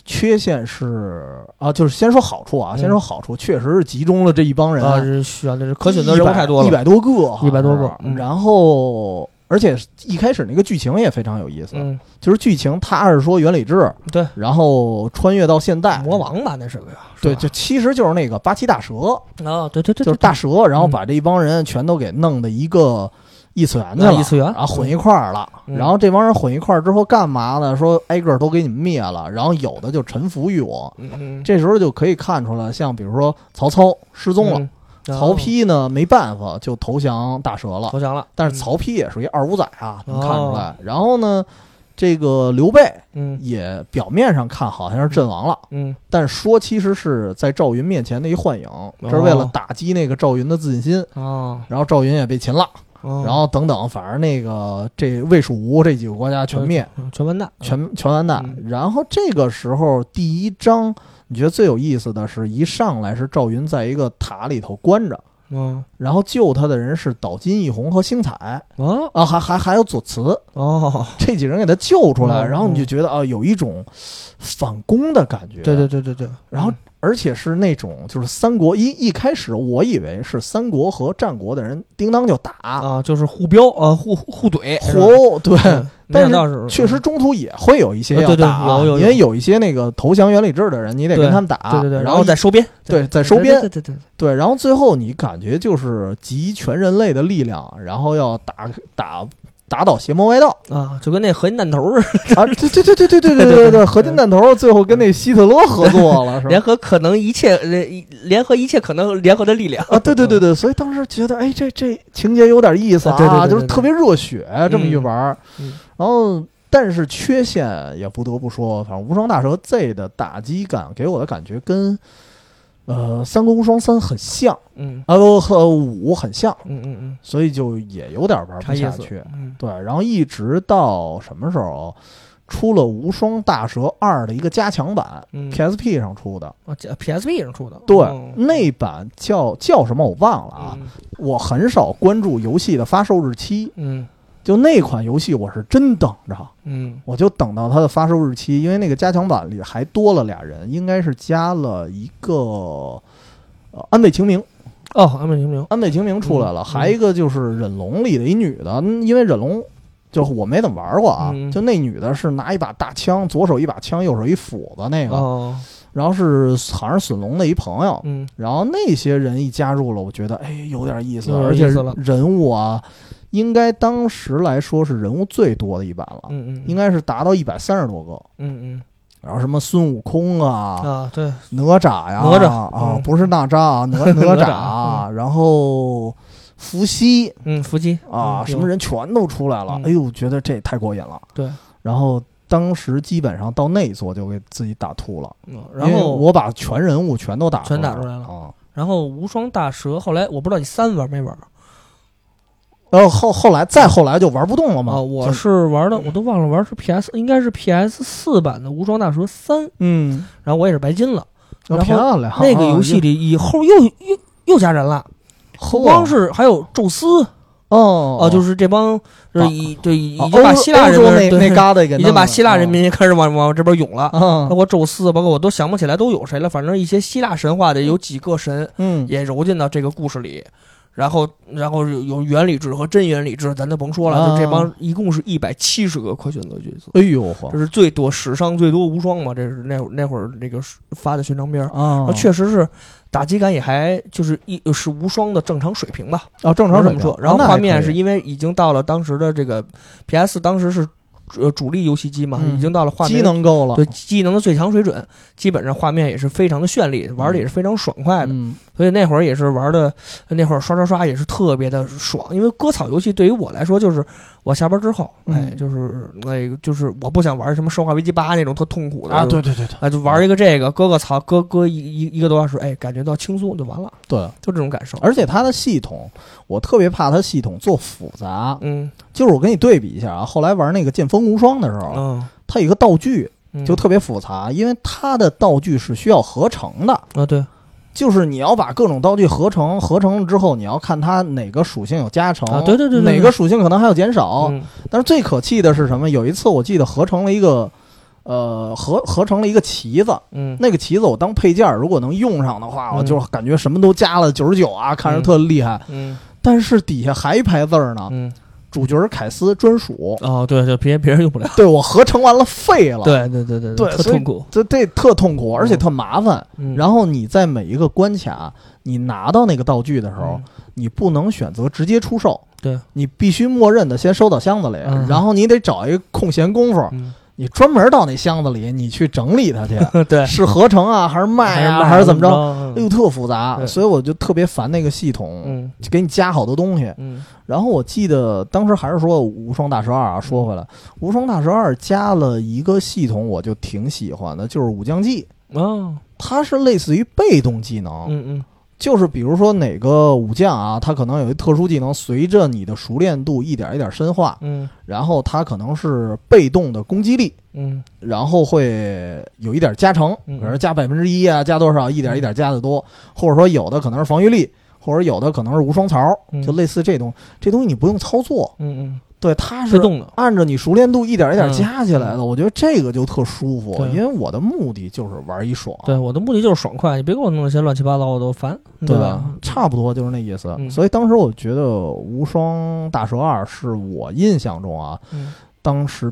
缺陷是啊，就是先说好处啊，
嗯
先说好处，确实是集中了这一帮人，
啊，这需要这是可选择人物太多
一
了，
百多个，啊
100多个嗯
然后，而且一开始那个剧情也非常有意思，
嗯，
就是剧情它是说原理制，
对，
然后穿越到现代，
魔，王吧那是个呀，是
对，
吧
就其实就是那个八岐大蛇，
啊，对对对，
就是
对
大蛇，
嗯
然后把这一帮人全都给弄的一个异次元去了，
啊异次元
然后混一块儿了。
嗯
然后这帮人混一块儿之后干嘛呢？说挨个儿都给你灭了，然后有的就臣服于我。
嗯嗯
这时候就可以看出来，像比如说曹操失踪了，
嗯
曹丕呢没办法就投降大蛇了
投，嗯降了，
但是曹丕也属于二五仔啊，
嗯
能看出来。然后呢，这个刘备
嗯
也表面上看好像是阵亡了，
嗯
但说其实是在赵云面前的一幻影，这是为了打击那个赵云的自信心。
哦，
然后赵云也被擒了，
然
啊然后等等，反正那个这魏、蜀、吴这几个国家全灭，
嗯全完蛋，
全全完蛋。
嗯
然后这个时候第一章，你觉得最有意思的是一上来是赵云在一个塔里头关着。
嗯
然后救他的人是岛津义弘和星彩
哦
啊，还还还有左慈，
哦，
这几人给他救出来，
嗯
然后你就觉得啊，有一种反攻的感觉。
对对，对对对，
然后而且是那种就是三国一一开始我以为是三国和战国的人叮当就打
啊就是互标啊互互怼，
互殴，对，
嗯，没
但
想
是
到是
确实中途也会有一些
啊
要
对对
打啊，
有有有
因为有一些那个投降原理制的人，你得
对
跟他们打，
对对对，
然
啊然后再收编，
对再收编
对对对对，
对，然后最后你感觉就是集全人类的力量，然后要打打打倒邪魔歪道。
对啊，就跟那核心弹头似
啊，对对对对对对对对对，合金弹头最后跟那希特勒合作了，
的，
是 吧
联？合可能一切呃一联合一切可能联合的力量，
啊，对对对对，所以当时觉得，哎，这这情节有点意思啊，
啊嗯对对对对
就是特别热血，这么一玩儿，
嗯
然后。但是缺陷也不得不说，反正《无双大蛇》Z 的打击感给我的感觉跟，呃，《三国无双三》很像，
嗯
啊不和五很像，
嗯嗯嗯，
所以就也有点玩
差
不
意
下
思
去。，
嗯
对，然后一直到什么时候出了《无双大蛇二》的一个加强版
嗯
，PSP 上出的。
啊这 PSP 上出的，
对，
哦
那版叫叫什么我忘了啊，
嗯
我很少关注游戏的发售日期。
嗯
就那款游戏，我是真等着，
嗯
我就等到它的发售日期，因为那个加强版里还多了俩人，应该是加了一个呃安倍晴明，
哦，安倍晴明，
安倍晴明出来了，
嗯
还一个就是忍龙里的一女的，嗯因为忍龙就是我没怎么玩过啊，
嗯
就那女的是拿一把大枪，左手一把枪，右手一斧子那个，
哦，
然后是好像是损龙的一朋友，
嗯
然后那些人一加入了，我觉得哎有点意思，
有点
而且
意思了
人物啊。应该当时来说是人物最多的一版了，
嗯嗯，
应该是达到一百三十多个。
嗯嗯
然后什么孙悟空啊、
啊，对，
哪吒呀、
哪吒
啊
嗯，
不是哪 吒啊，哪
哪
哪
吒
吒啊，然后伏羲
嗯，伏羲
啊，
嗯
什么人全都出来了
嗯。
哎呦，觉得这太过瘾了。
对，
然后当时基本上到那一座就给自己打吐了，
嗯然
因为
后
我把全人物全都打
全打
出
出来了
啊。
然后无双大蛇，后来我不知道你三玩没玩啊？
然后呃后后来再后来就玩不动了嘛。
哦我
就是
玩的，我都忘了玩是 PS，应该是 PS 四版的无双大蛇三，
嗯，
然后我也是白金了。
那
然后
漂亮啊。
那个游戏里以后又又又加人了，
后
不光是还有宙斯
啊哦
哦，就是这帮就是
啊
已对已
啊
已经把
欧
希腊人
欧洲
民
那
对
那旮瘩给哦
已经把希腊人
民
民也开始往往这边涌了。
啊
包括宙斯，包括我都想不起来都有谁了，反正一些希腊神话的有几个神
嗯
也揉进到这个故事里，然后然后有有原理制和真原理制，咱就甭说了，
啊
就这帮一共是一百七十个可选择角色，
哎呦呵
这是最多史上最多无双嘛，这是那会儿那会儿这个发的宣传片儿。
啊
啊，确实是打击感也还就是一呃是无双的正常水平吧，
啊正
正
常
这么说。然后画面是
一
因为已经到了当时的这个 PS 当时是呃主力游戏机嘛，
嗯
已经到了画面
机能够了，
对技能的最强水准，基本上画面也是非常的绚丽，玩的也是非常爽快的。
嗯
所以那会儿也是玩的，那会儿刷刷刷也是特别的爽，因为割草游戏对于我来说就是我下班之后，
嗯
哎，就是那个就是我不想玩什么《生化危机八》那种特痛苦的
啊，对。对对对
啊，就玩一个这个，割个草，割割一一一个多小时，哎，感觉到轻松就完了，
对。
就这种感受。
而且它的系统，我特别怕它系统做复杂。
嗯
就是我跟你对比一下啊，后来玩那个《剑锋无双》的时候，
嗯，
它有一个道具
嗯
就特别复杂，因为它的道具是需要合成的，
啊对
就是你要把各种道具合成，合成了之后，你要看它哪个属性有加成，
啊对对对对对
哪个属性可能还有减少。
嗯
但是最可气的是什么？有一次我记得合成了一个。呃，合合成了一个旗子，
嗯
那个旗子我当配件儿，如果能用上的话，
嗯
我就感觉什么都加了九十九啊，看着特厉害。
嗯
但是底下还一排字儿呢，
嗯，
主角凯斯专属。
哦对，就别别人用不了，
对我合成完了废了，，
嗯对对对对
对
特
所以
痛苦。
这这特痛苦，而且特麻烦。
嗯
然后你在每一个关卡，你拿到那个道具的时
嗯
候，你不能选择直接出售，
对
你必须默认的先收到箱子里，
嗯
然后你得找一个空闲功夫，
嗯，
你专门到那箱子里，你去整理它去，
嗯对，
是合成啊，还是卖啊，
还
还是怎么着？
着
哎呦，特复杂，
对
所以我就特别烦那个系统，
嗯
就给你加好多东西。
嗯
然后我记得当时还是说《无双大蛇二》啊，说回来，《无双大蛇二》加了一个系统，我就挺喜欢的，就是武将技，
哦，
它是类似于被动技能，
嗯嗯
就是比如说哪个武将啊，他可能有一特殊技能，随着你的熟练度一点一点深化，
嗯
然后他可能是被动的攻击力。
嗯
然后会有一点加成，比
嗯
如加百分之一啊，加多少，一点一点加的多，或者说有的可能是防御力，或者有的可能是无双槽，
嗯
就类似这种，这东西你不用操作，
嗯
对，它
嗯，自
是哦
动的，
按照你熟练度一点一点
嗯
加起来的，我觉得这个就特舒服
对，
因为我的目的就是玩一爽，
对，我的目的就是爽快，你别给我弄那些乱七八糟的，我烦，
对
吧？
差不多就是那意思。
嗯
所以当时我觉得《无双大蛇二》是我印象中啊，
嗯
当时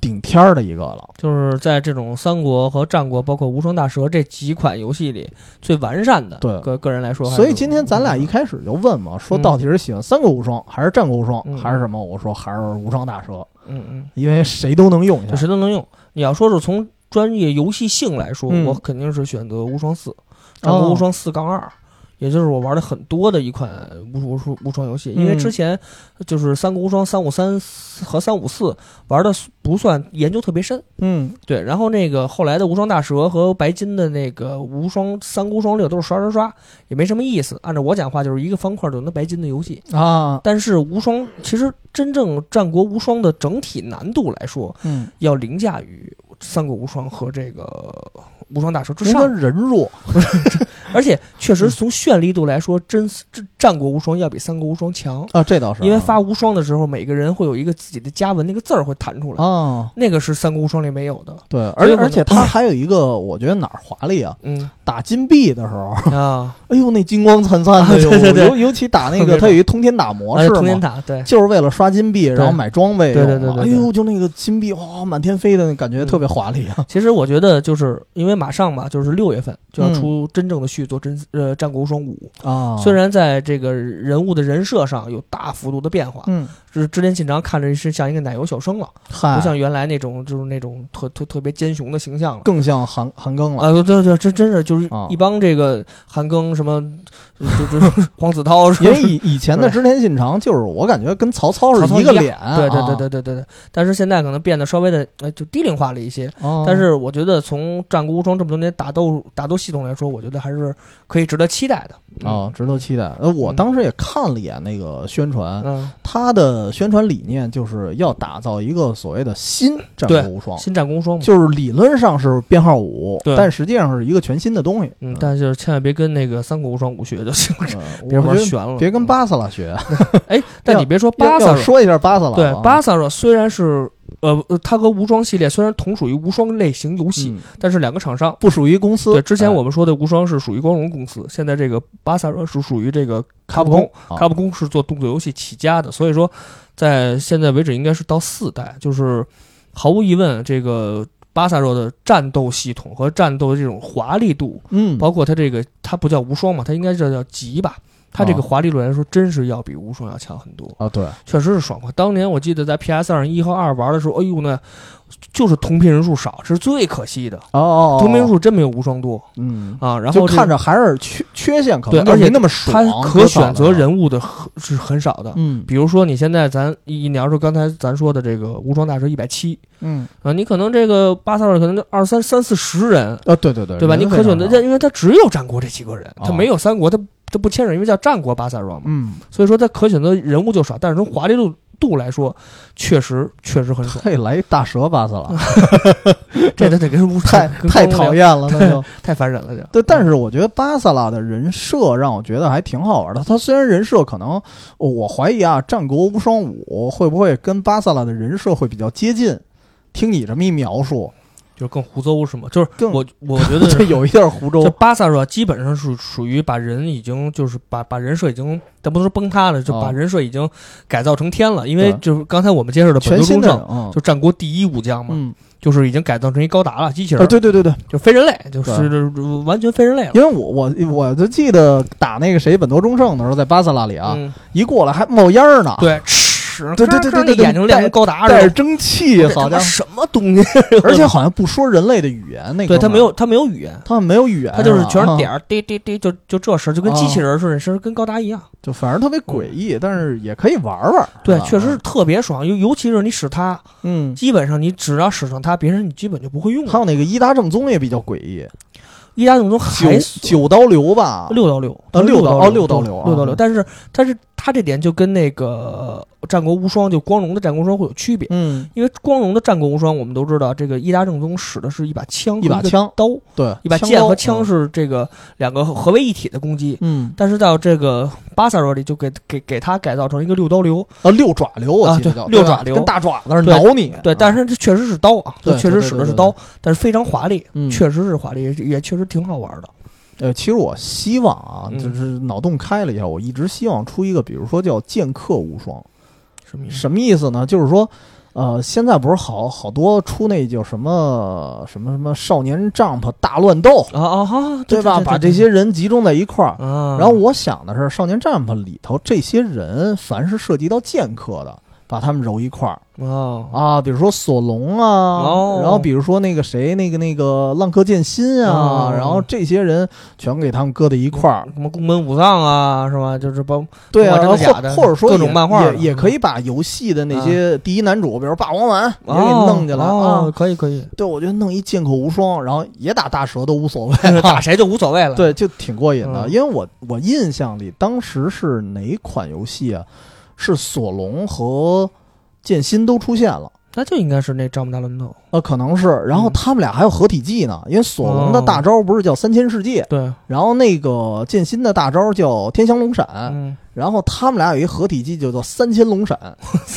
顶天儿的一个了。
就是在这种三国和战国，包括无双大蛇这几款游戏里最完善的，
对
个个人来说还是。嗯
所以今天咱俩一开始就问嘛，说到底是喜欢三国无双，还是战国无双，
嗯
还是什么？我说还是无双大蛇，
嗯嗯，
因为谁都能用一
就
下。
谁都能用。你要说是从专业游戏性来说，
嗯哦
我肯定是选择无双四，战国无双四杠二。也就是我玩的很多的一款无无双无双游戏，因为
嗯
之前就是三国无双三五三和三五四玩的不算研究特别深，
嗯
对。然后那个后来的无双大蛇和白金的那个无双三国无双六都是刷刷刷，也没什么意思。按照我讲话，就是一个方块就能白金的游戏，
啊，
但是无双其实真正战国无双的整体难度来说，
嗯，
要凌驾于三国无双和这个无双大蛇之
人跟
上，
人弱，
而且确
嗯
实从绚丽度来说，真这战国无双要比三国无双强，
啊，这倒是啊
因为发无双的时候，每个人会有一个自己的加文，那个字儿会弹出来，
啊，
那个是三国无双里没有的。
对，
所以
而
我
而且
就
它还有一个，我觉得哪儿华丽啊？
嗯
打金币的时候，啊
啊，
哎呦，那金光灿灿的，
对对对
尤尤其打那
特
个，
别
它有一通天打模
哎
式
通
嘛
天，塔对，
就是为了刷金币，然
对
后买装备
对对
用的
对对
哎
对嗯
呦，就那个金币哇，满天飞的那感觉特别华丽啊！
其实我觉得就是因为马上吧，就是六月份就要出真正的续作《真呃战国无双五
嗯啊》，
虽然在这个人物的人设上有大幅度的变化，
嗯，
就是织田信长看着是像一个奶油小生了，
嗨，
不像原来那种就是那种特特特别奸雄的形象了。
更像韩韩庚了。
啊，对对对，真真是就是
啊
一帮这个韩庚什么，就就 黄子韬什
因
么
为以以前的织田信长就是我感觉跟曹操是
曹操
个
一样
脸 啊，
对对对对对对对，但是现在可能变得稍微的呃就低龄化了一些，
哦，
但是我觉得从《战国无双》这么多年打斗打斗系统来说，我觉得还是可以值得期待的。
啊，值得期待。呃，我
嗯
当时也看了一眼那个宣传，
嗯，
他的宣传理念就是要打造一个所谓的新战
对
国无双，
新《战国无双》嘛，
哦就是理论上是编号五，
对
但实际上是一个全新的东西。
嗯，但就是千万别跟那个《三国无双五》学就行，
呃
别
我
玩
觉得
悬了，嗯
别跟。巴萨拉学。
哎，但你别说巴
要
萨
要
若，
说一下巴萨拉，
对巴萨若虽然是呃，呃它和无双系列虽然同属于无双类型游戏，
嗯
但是两个厂商。
不属于公司。
对，之前
哎
我们说的无双是属于光荣公司，现在这个巴萨若是属于这个
卡
卡
普
普
空
空，
啊
卡普空是做动作游戏起家的，所以说在现在为止应该是到四代，就是毫无疑问，这个巴萨若的战斗系统和战斗的这种华丽度，
嗯
包括它这个它不叫无双嘛，它应该叫叫极吧。它这
啊
个华丽度来说，真是要比无双要强很多，
啊对
确实是爽快。当年我记得在 PS 上一和二玩的时候，哎呦那，就是同频人数少，这是最可惜的。
哦哦，哦
同频人数真没有无双多
嗯，
啊。然后
就
这
看着还是缺缺陷可
对
能就是
而且
没那么爽，
它可选择
多少的。
人物的很是很少的，
嗯
比如说你现在咱一你要是刚才咱说的这个无双大蛇一百七
嗯
啊，你可能这个巴萨尔可能就二三三四十人，
啊对对对
对吧？你可选择，
人非常少
因为它只有战国这几个人，它
哦
没有三国，它它不牵扯，因为叫战国巴萨尔嘛，
嗯
所以说它可选择人物就少，但是从华丽度度来说，确实确实很爽，
嘿来一大蛇巴萨 拉，
这得得跟无
太
跟
太
跟光
讨
聊
厌了 那就。
太烦人了这。
对，但是我觉得巴萨拉的人设让我觉得还挺好玩的。他虽然人设可能，我怀疑啊，《战国无双五》会不会跟巴萨拉的人设会比较接近？听你这么一描述，
就是更胡诌是吗？就是
更
我我 觉得
这有一点湖州
这巴萨若基本上是属于把人已经就是把把人设已经，咱不能说崩塌了，就
哦
把人设已经改造成天了。因为
对
就是刚才我们介绍的本
全
多
新
忠
的
胜，
人，
就战国第一武将嘛，
嗯，
就是已经改造成一高达了，机器
啊，
人，
对对对对，
就非人类，就是完全非人类了。
因为我我我就记得打那个谁本多忠胜的时候，在巴萨拉里啊，
嗯，
一过来还冒烟儿呢，
对，嗤
对对对
咔咔
对对
那眼睛亮成高达
带着
似的，
蒸汽，
这他
好
妈
像，
什么东西？
而且好像不说人类的语言，那个
对他没有他没有语言。
他没有语言，
他就是全
啊
是点儿滴滴滴，就就这事儿，就
嗯
跟机器人似的，是跟高达一样。
就反正特别诡异，但是也可以玩玩。
嗯对，
是吧
确实是，特别爽，尤尤其是你使它，
嗯，
基本上你只要使上它，别人你基本就不会用
还
了。
有那个伊达正宗也比较诡异，
一加总中还
九九刀流吧，
六到六
啊六到
到
哦
六
六
嗯
到六
六
啊
六到六，但是但是它这点就跟那个呃战国无双就光荣的战国无双会有区别，
嗯，
因为光荣的战国无双我们都知道，这个伊达正宗使的是一把枪和
一把
个
枪，
刀，
对，
一把
枪
剑
刀
和枪，是这个两个合为一体的攻击。
嗯，
但是到这个巴萨罗里就给给给它改造成一个六刀流，
啊，六爪流我记得
啊对
叫
六爪
对吧
流
跟大爪子似的
对
挠你。
对，
啊
但是这确实是刀啊，
对
这确实
对对
使的是
对
刀，但是非常华丽，
嗯
确实是华丽，也也确实挺好玩的。
呃，其实我希望啊，
嗯
就是脑洞开了以后，我一直希望出一个，比如说叫《剑客无双》，
什么意思？
什么意思呢？就是说。呃，现在不是好好多出那叫什么什么什么少年 Jump 大乱斗，
啊啊哈，
对嗯吧？把这些人集中在一块儿，
啊，
然后我想的是，《少年 Jump》里头这些人，凡是涉及到剑客的，把他们揉一块儿
哦
啊，比如说索隆啊，
哦
然后比如说那个谁，那个那个浪客剑心啊，
哦
然后这些人全给他们搁在一块儿。
啊什么宫本武藏啊，是吧？就是包
对啊，
哇真
然
的
后
假的
或或者说
各种
也
漫画嗯
也
的
也可以把游戏的那些第一男主，比如霸王丸，也给
哦
弄进来
哦
啊。，
可以可以，，
对，我觉得弄一剑客无双，然后也打大蛇都无所谓
打谁就无所谓了。，
对，就挺过瘾的。
嗯
因为我我印象里当时是哪款游戏啊？是索隆和剑心都出现了，
那就应该是那丈母大乱斗。
呃，可能是。然
嗯
后他们俩还有合体技呢，因为索隆的
哦
大招不是叫三千世界，
对，
然后那个剑心的大招叫天翔龙闪，
嗯，
然后他们俩有一合体技就叫三千龙闪，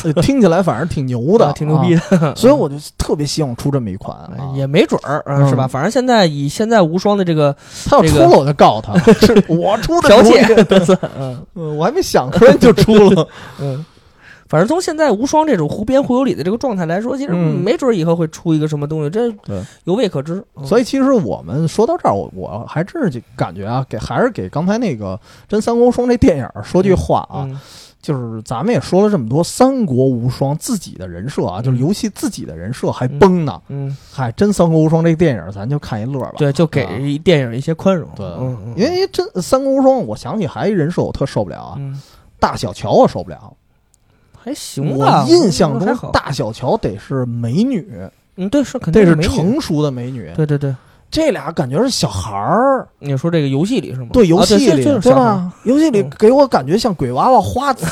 呃听起来反正挺牛的，
啊挺牛逼
的。
的，
所以我就特别希望出这么一款啊，
也没准儿、呃
嗯
是吧？反正现在以现在无双的这个
他要
这
出
个
了我就 告他，是我出的
剽
主意
窃，嗯
呃我还没想出来就出了。
嗯，反正从现在无双这种胡编忽悠里的这个状态来说，其实
嗯
没准儿以后会出一个什么东西，这
对嗯
有未可知。嗯
所
以，
以其实我们说到这儿，我我还真是就感觉啊，给还是给刚才那个《真三国无双》这电影儿说句话啊，
嗯
就是咱们也说了这么多三国无双自己的人设啊，就是游戏自己的人设还崩呢。
嗯，
嗨，真三国无双这个电影儿咱就看一乐儿吧。
对，就给
啊
电影一些宽容。
对
嗯，嗯
因为真三国无双，我想起还一人设我特受不了啊，
嗯
大小乔我受不了。
还行吧，
我印象
还
中
好，
大小乔得是美女，
嗯，对，是肯定
得是
没女
成熟的美女。
对对对，
这俩感觉是小孩儿，
你说这个游戏里是吗？
对游戏
啊、对
里、
就是
对
小孩儿？
吧？游戏里
嗯
给我感觉像鬼娃娃、花 子，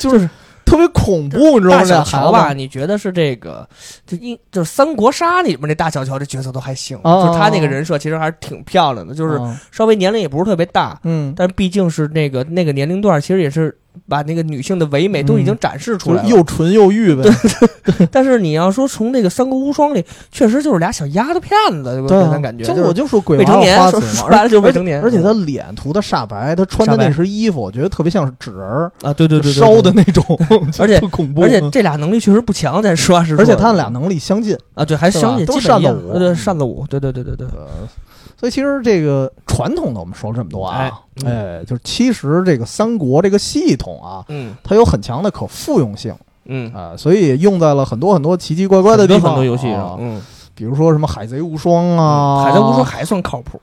就是特别恐怖，你知道
大
吗？这
小
俩孩
乔
子
吧，你觉得是这个，就一就是《三国杀》里面那大小乔这角色都还行，
啊
就是他那个人设其实还是挺漂亮的，就是
啊
稍微年龄也不是特别大，
嗯，
但毕竟是那个那个年龄段，其实也是把那个女性的唯美都已经展示出
就
来
是
了。
嗯又纯又欲呗。啊
但是你要说从那个《三国无双》里，确实就是俩小丫头片子，给我
对
给
啊
咱感觉
就
就是
我就说鬼
未
娃
成
娃
年，
花
说
子
说
嘛，
白了就是
而
未
且
成年，
而且他脸涂的煞白，他穿的那身衣服，我觉得特别像是纸人儿
啊，对对对，对
烧的，那种，
而且
特恐怖。嗯
而且这俩能力确实不强，咱实话实说，
而且他俩能力相近，
啊，对，还
是吧
相信
都
基本一样
扇了舞
呃对，扇子舞，对对对对对，
呃，所以其实这个传统的我们说了这么多啊，
哎
哎，就是其实这个三国这个系统啊，
嗯
它有很强的可复用性
嗯，
啊、所以用在了很多很多奇奇怪怪的
很
地
多
方，
很多游戏
啊
上，嗯，
比如说什么海贼无双啊，
海贼无双还算靠谱，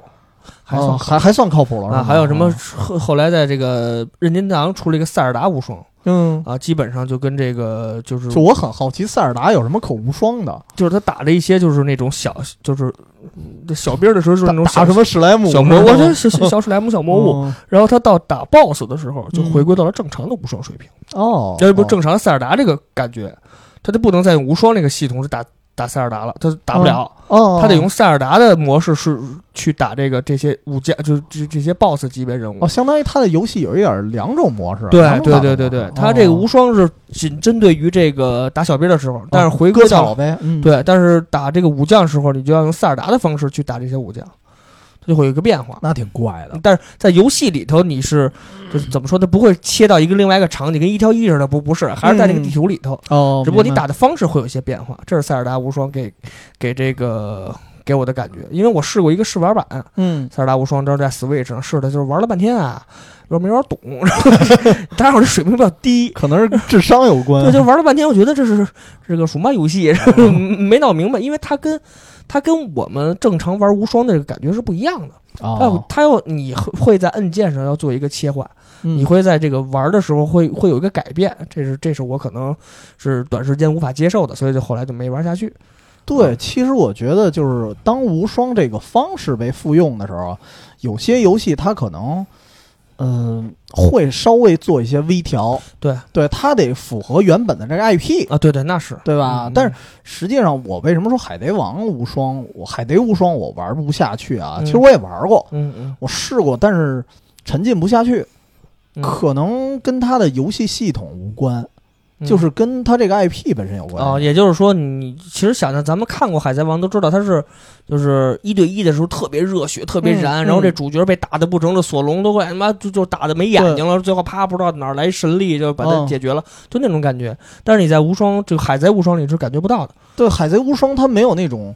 还算
啊还还算靠谱了是吧
啊，还有什么后后来在这个任天堂出了一个塞尔达无双
嗯。
啊，基本上就跟这个就是
就我很好奇，塞尔达有什么可无双的？
就是他打了一些就是那种小就是嗯小兵的时候就是那种
打
小
什么啊史莱姆？
小魔物，这小 小小史莱姆小魔物，
嗯
然后他到打 BOSS 的时候就
嗯
回归到了正常的无双水平，
哦，
要不
哦
正常的塞尔达这个感觉，他就不能再用无双这个系统是打打塞尔达了，他打不了。
哦，
他得用塞尔达的模式是去打这个这些武将，就是这这些 BOSS 级别人物
哦，。相当于他的游戏有一点两种模式。
嗯对
两种
对
打
对
法
对对
哦，
他这个无双是仅针对于这个打小兵的时候，但是回归
哦割草
到
呗，嗯，
对，但是打这个武将的时候，你就要用塞尔达的方式去打这些武将，它就会有一个变化。
那挺怪的。
但是在游戏里头，你是就是怎么说，它不会切到一个另外一个场景，跟一挑一似的，不不是，还是在这个地图里头，
哦
只不过你打的方式会有一些变化。这是塞尔达无双给给这个给我的感觉，因为我试过一个试玩版，
嗯，
塞尔达无双当时在 Switch 上试的，就是玩了半天啊，我没玩懂，然后 当然我这水平比较低，
可能是智商有关。
对，就玩了半天，我觉得这是这个什么游戏， 没闹明白，因为它跟它跟我们正常玩无双的感觉是不一样的。它
哦，
它要你会在按键上要做一个切换，
你
你会在这个玩的时候会会有一个改变，这是这是我可能是短时间无法接受的，所以就后来就没玩下去。
对，其实我觉得就是当无双这个方式被复用的时候，有些游戏它可能，嗯、会稍微做一些微调。
对
对，它得符合原本的这个 IP，
啊，对对，那是
对吧？
嗯
但是实际上，我为什么说海贼王无双？我海贼无双我玩不下去啊。
嗯
其实我也玩过，
嗯嗯
我试过，但是沉浸不下去，
嗯，
可能跟它的游戏系统无关，
嗯
就是跟它这个 IP 本身有关。
哦，也就是说你，其实想想，咱们看过《海贼王》都知道，他是就是一对一的时候特别热血，特别燃，
嗯
然后这主角被打的不成了，索隆都快他妈就就打的没眼睛了，最后啪不知道哪儿来神力就把他
嗯
解决了，就那种感觉。但是你在无双这个海贼无双里是感觉不到的，
对，《海贼无双》它没有那种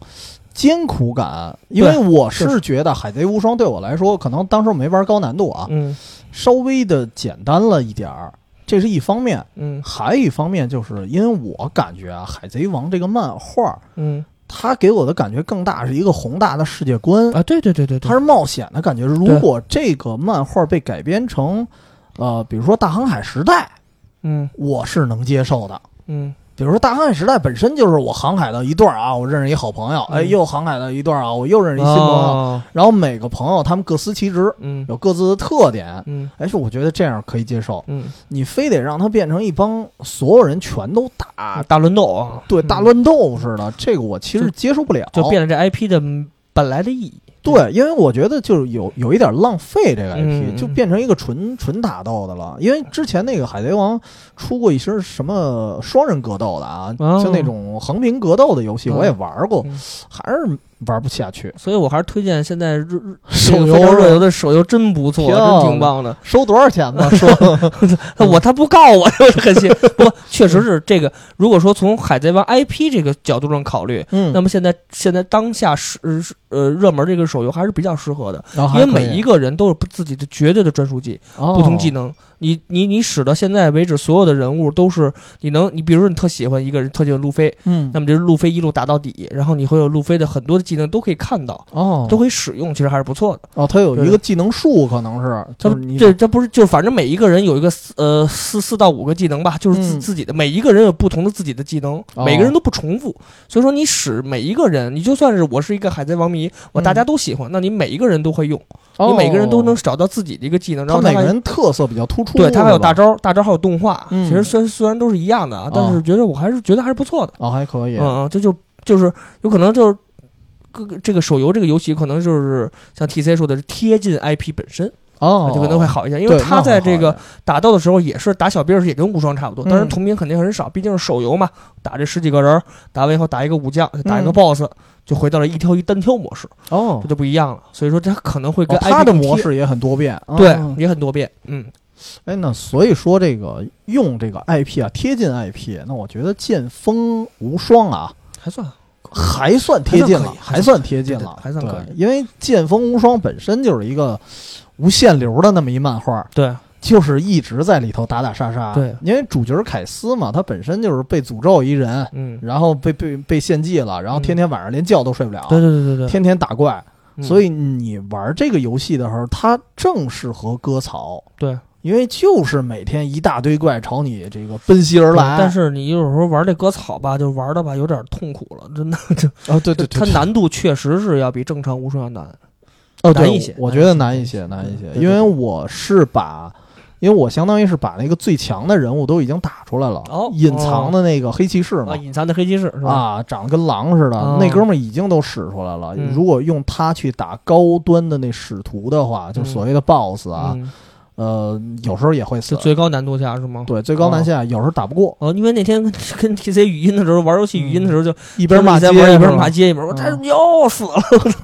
艰苦感，因为
对
我
是
是觉得《海贼无双》对我来说，可能当时我没玩高难度啊，
嗯
稍微的简单了一点儿，这是一方面。
嗯
还有一方面就是因为我感觉啊，《海贼王》这个漫画，
嗯
它给我的感觉更大是一个宏大的世界观，
啊，对对对对对，
它是冒险的感觉。如
对
果这个漫画被改编成，呃，比如说大航海时代，
嗯
我是能接受的。
嗯
比如说大航海时代本身就是我航海到一段儿啊，我认识一好朋友，哎，
嗯
又航海到一段儿啊，我又认识一新朋友，
哦
然后每个朋友他们各司其职，
嗯
有各自的特点。
嗯
哎，是我觉得这样可以接受，
嗯
你非得让它变成一帮所有人全都打
啊，大乱斗啊，
对大乱斗似的，这个我其实
就
接受不了。
就变了这 IP 的本来的意义。
对，因为我觉得就是有有一点浪费这个 IP，、
嗯
就变成一个纯纯打斗的了。因为之前那个《海贼王》出过一些什么双人格斗的啊，
哦
就那种横屏格斗的游戏，
嗯
我也玩过，
嗯
还是玩不 下去。
所以我还是推荐现在日日
手
这个
游
非常
是吧
热游的手游真不错，
漂亮
真挺棒 的。 啊
收多少钱吧？ 说
我他不告我， 就是很心。不过确实是这个，如果说从《海贼王》IP 这个角度上考虑，
嗯
那么现在现在当下是呃是呃热门这个手游还是比较适合的，
然后
因
哦还
为
可以
每一个人都有自己的绝对的专属技，不同技
哦
能。你你你使到现在为止，所有的人物都是你能，你比如说你特喜欢一个人，特喜欢路飞，
嗯
那么就是路飞一路打到底，然后你会有路飞的很多的技能都可以看到，
哦
都可以使用，其实还是不错的。
哦，它有一
对
个技能树，可能是
他
就是你
这这不是就是反正每一个人有一个四呃四四到五个技能吧，就是自、
嗯
自己的每一个人有不同的自己的技能，
哦
每个人都不重复，所以说你使每一个人，你就算是我是一个海贼王迷，我大家都喜欢，那你每一个人都会用，
嗯哦
你每个人都能找到自己的一个技能，然
它
后他
每个
还。
人特色比较突出，
对，他还有大
是吧
招，大招还有动画。
嗯哦
其实虽然虽然都是一样的啊，但是觉得我还是觉得还是不错的。
哦，还可以，
嗯嗯，这就就是有可能就是各个这个手游这个游戏，可能就是像 T C 说的，是贴近 IP 本身。
哦，
就可能会好一些，因
对，
为
那
他
会
在
好
这
一
个
点
打斗的时候也是打小兵儿，也跟无双差不多，
嗯
当然同屏肯定很少，毕竟是手游嘛，打这十几个人儿，打完以后打一个武将，打一个
嗯
BOSS，就回到了一挑一单挑模式，
哦
这，就不一样了。所以说它可能会跟
哦它
IP
的
更贴
模式也很多变，哦
对也很多变，嗯，
哎，那所以说这个用这个 IP 啊，贴近 IP，那我觉得《剑锋无双》啊，
还算
还算贴近了，还
还
算贴近
对
了，
还算
对
可以
因为《剑锋无双》本身就是一个无限流的那么一漫画，
对，
就是一直在里头打打杀杀。
对，
因为主角凯斯嘛，他本身就是被诅咒一人，
嗯，
然后被被被献祭了，然
嗯
后天天晚上连觉都睡不了，
对对对对对
天天打怪。，
嗯
所以你玩这个游戏的时候，它正适合割草，
对，
因为就是每天一大堆怪朝你这个奔袭而
对
来。
但是你有时候玩这割草吧，就玩的吧有点痛苦了，真的，就
啊，对对
它难度确实是要比正常无双要难，
哦，对
难一些
我觉得难一
一
些，
些
难一些
对，对
因为
对
我是把，因为我相当于是把那个最强的人物都已经打出来了，
哦
隐藏的那个黑骑士嘛
啊，，隐藏的黑骑士是吧？
啊，长得跟狼似的，
哦
那哥们儿已经都使出来了。
嗯
如果用他去打高端的那使徒的话，就
嗯
所谓的 BOSS 啊，
嗯，
呃，有时候也会死
就，最高难度下是吗？
对，最高难下有时候打不过，
哦，因为那天跟 跟 TC 语音的时候，玩游戏语音的时候就
一
一
边骂街
在玩，一边
是吧
骂街，一边我这
嗯
又死了，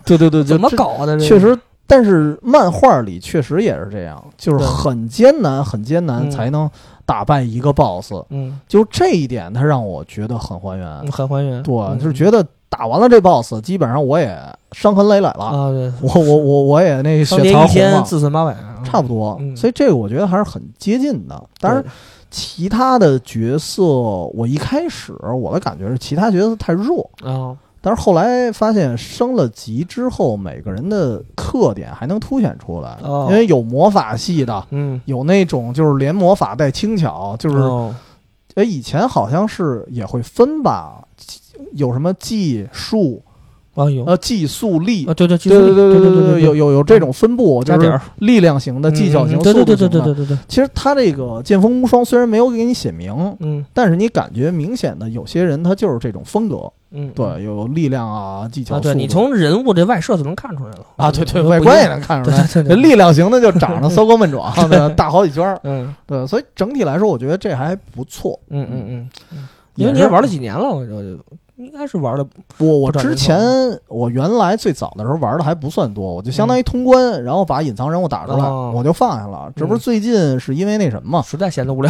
对对对，就
怎么
这？
搞啊的？
确，实，但是漫画里确实也是这样，就是
对
很艰难，很艰难
嗯
才能打败一个 BOSS。
嗯，
就这一点，它让我觉得很还原
嗯。很还原，
对，
嗯
就是觉得打完了这 BOSS，基本上我也伤痕累累了，
啊，对，
我我我我也那
当
血
年
槽
一
红
天
了。
自损八百，嗯
差不多，
嗯
所以这个我觉得还是很接近的。当然，
对
其他的角色，我一开始我的感觉是其他角色太弱，
啊，
但是后来发现升了级之后，每个人的特点还能凸显出来，
哦
因为有魔法系的，
嗯，
有那种就是连魔法带轻巧，就是哎、
哦
以前好像是也会分吧，有什么技术
啊有
呃技速力。
啊，对对对
对对对
对
对有有有这种分布，
加
就
点
是
儿，
力量型的、技巧型、
嗯对对
速度
对对
型
对
的
对。对对，
其实他这个《剑锋无双》虽然没有给你写明，
嗯
但是你感觉明显的有些人他就是这种风格，
嗯，
对，有力量啊、技巧、
啊，对
速度
你从人物这外设就能看出来了
啊，对对，
不
外观也
用
能看出
对
来，
对
这
对，
力量型的就长得骚高闷壮， 对吧， 大好几圈儿。
嗯
对，所以整体来说，我觉得这还不错。
嗯嗯嗯，因
也
为你
是
也玩了几年了，我我就应该是玩了，
我我
不长
之
人
前
头
我原来最早的时候玩的还不算多，我就相当于通关，然后把隐藏人物打出来，
嗯哦嗯
我就放下了。这不是最近是因为那什么嘛？
实在闲得无聊，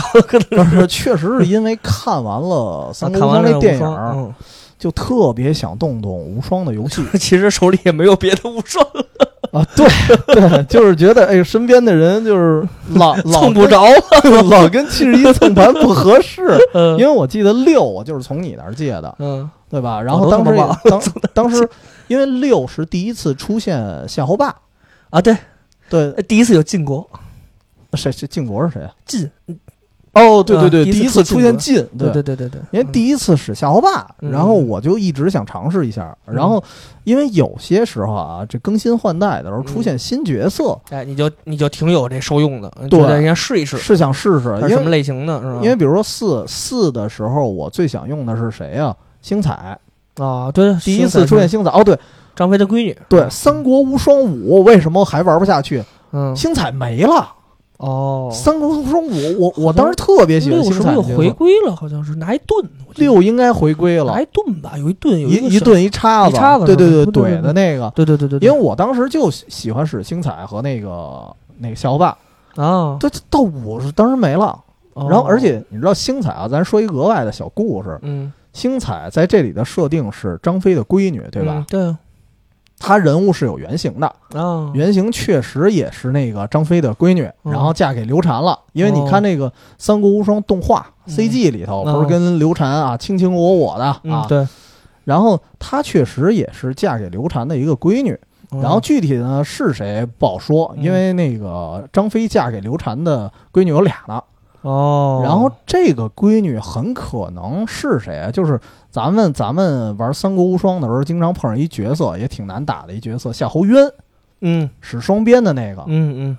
但是确实是因为看完了《三国
看
无
完
双》
了
那电
无
影
双
儿，
嗯
就特别想动动无双的游戏
其实手里也没有别的无双，
啊，对对，就是觉得哎，身边的人就是 老老
蹭不着。
跟 老跟七十一蹭盘不 合适，因
嗯
为我记得六我就是从你那儿借的，
嗯
对吧？然
我
后
都
当
他
时
妈
也
忘了
当当时因为六是第一次出现夏侯霸，
啊，对，
对，
第一次有晋国
谁谁晋国是谁啊？
晋
哦，对对对，
啊第
第
一
一
次
次
出
出现进，
对对对对嗯对，
因为第一次使夏侯霸，
嗯
然后我就一直想尝试一下。
嗯
然后，因为有些时候啊，这更新换代的时候出现新角色，
嗯哎，你就你就挺有这受用的，
对
觉得应该试一试，
是想试试，
它是什
因
么
为
类型的，是吧？
因为比如说四四的时候，我最想用的是谁呀？星彩，
啊，对，
第一次出现
星
星彩，哦，对
彩张飞的闺女，
对，《三国无双五》为什么还玩不下去？
嗯，
星彩没了，
哦，
《三国无双五》，我我当时特别喜欢
六
星
是不
彩
是又
这角
回
色，
归了？好像是拿一盾，我记得
六应该回归了
拿，一盾吧，有一盾，哎有
一
个
一
手，
顿一叉
一
子，
叉子是吧
对对
对对对
怼的那个。
对对对对，对
因为我当时就喜喜欢使星彩和那个那个夏侯霸，
啊，
这这到我是当时没了。
哦
然后，而且你知道星彩啊，咱说一额外的小故事，
嗯，
星彩在这里的设定是张飞的闺女，对吧
嗯？对啊
她人物是有原型的，
啊，
原型确实也是那个张飞的闺女，
嗯
然后嫁给刘禅了。因为你看那个《三国无双》动画
嗯
CG 里头，
哦
不是跟刘禅啊卿卿我我的
嗯
啊，
对，
然后她确实也是嫁给刘禅的一个闺女。然后具体呢是谁不好说，
嗯
因为那个张飞嫁给刘禅的闺女有俩呢。
哦，
然后这个闺女很可能是谁啊？就是咱们咱们玩三国无双的时候，经常碰上一角色，也挺难打的一角色，夏侯渊
嗯
使双鞭的那个。
嗯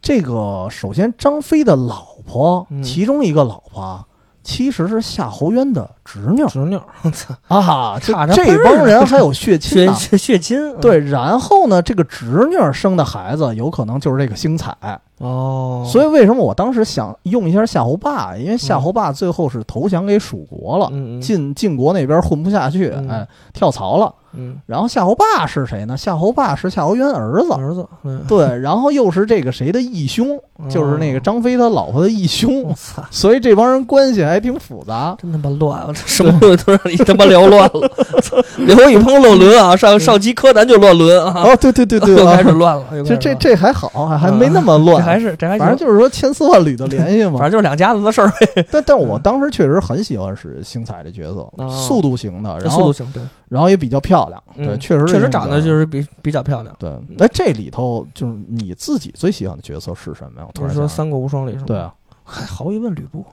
这个首先张飞的老婆，
嗯
其中一个老婆啊。其实是夏侯渊的侄女
嗯，侄女儿， 我操，
啊，这
差着辈
这
儿
帮人还有血亲
血
呢。
血血亲，嗯，
对，然后呢，这个侄女生的孩子有可能就是这个星彩，
哦，
所
以
以为什么我当时想用一下夏侯霸？因为夏侯霸最后是投降给蜀国了，
嗯嗯
晋晋国那边混不下去，
嗯
哎，跳槽了。
嗯，
然后夏侯霸是谁呢？夏侯霸是夏侯渊儿子，
儿子，嗯，
对，然后又是这个谁的义兄，就是那个张飞他老婆的义
哦，
兄
我，操。
所以这帮人关系还挺复杂。
真他妈乱！我这什么东西都让你他妈聊乱了。操刘宇鹏乱伦啊，上上期柯南就乱伦啊，
哦，对对对 对
又开始
啊，
乱了。又
这
开始乱了
这
啊
这还好，还还没那么乱，
这还是这还
反正
行
就是说千丝万缕的联系嘛
反。正就是两家子的事儿呗。
但但我当时确实很喜欢使星彩这角色，
哦
速度型的，然
速度
后
型对，
然后也比较漂亮，
嗯
对，确实
确实长得就是是比比较漂亮。
那个对。那哎这里头就是你自己最喜欢的角色是什么呀？我突
就
然
是说《
想到
三国无双》里是吗？
对，啊，
还毫无疑问吕布。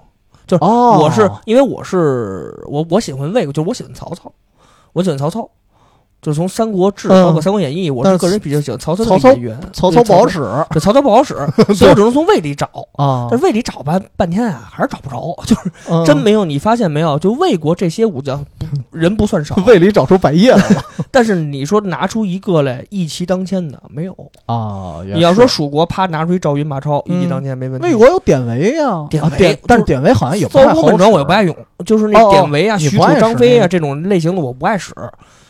哦，
我是因为我是我我喜欢魏国，就是我喜欢曹操，我喜欢曹操，就是从《三国志》
嗯
包括《三国演义》，我
但
是
是
个人比较喜欢曹操
曹
的
操
演员。
曹
对
操不好，使啊
对曹操不 好使，所以我只能从魏里找。，但
嗯
是魏里找半半天啊，还是找不着，就是真没有。你发现没有？就魏国这些武 将不人不算少，
胃里长出白叶来了
但是你说拿出一个来一骑当千的没有。
啊！也
你要
是嗯
说蜀国，啪拿出一赵云、马超，一骑当千没问题。
魏国有典韦呀，
典
啊
韦
典，但是
就是
典韦好像也不
骚
太
公
好
本传
使
我也不爱用，就是
哦
那
哦
典韦啊、
你
许
不爱
褚、
使
张飞
那
啊这种类型的我不爱使，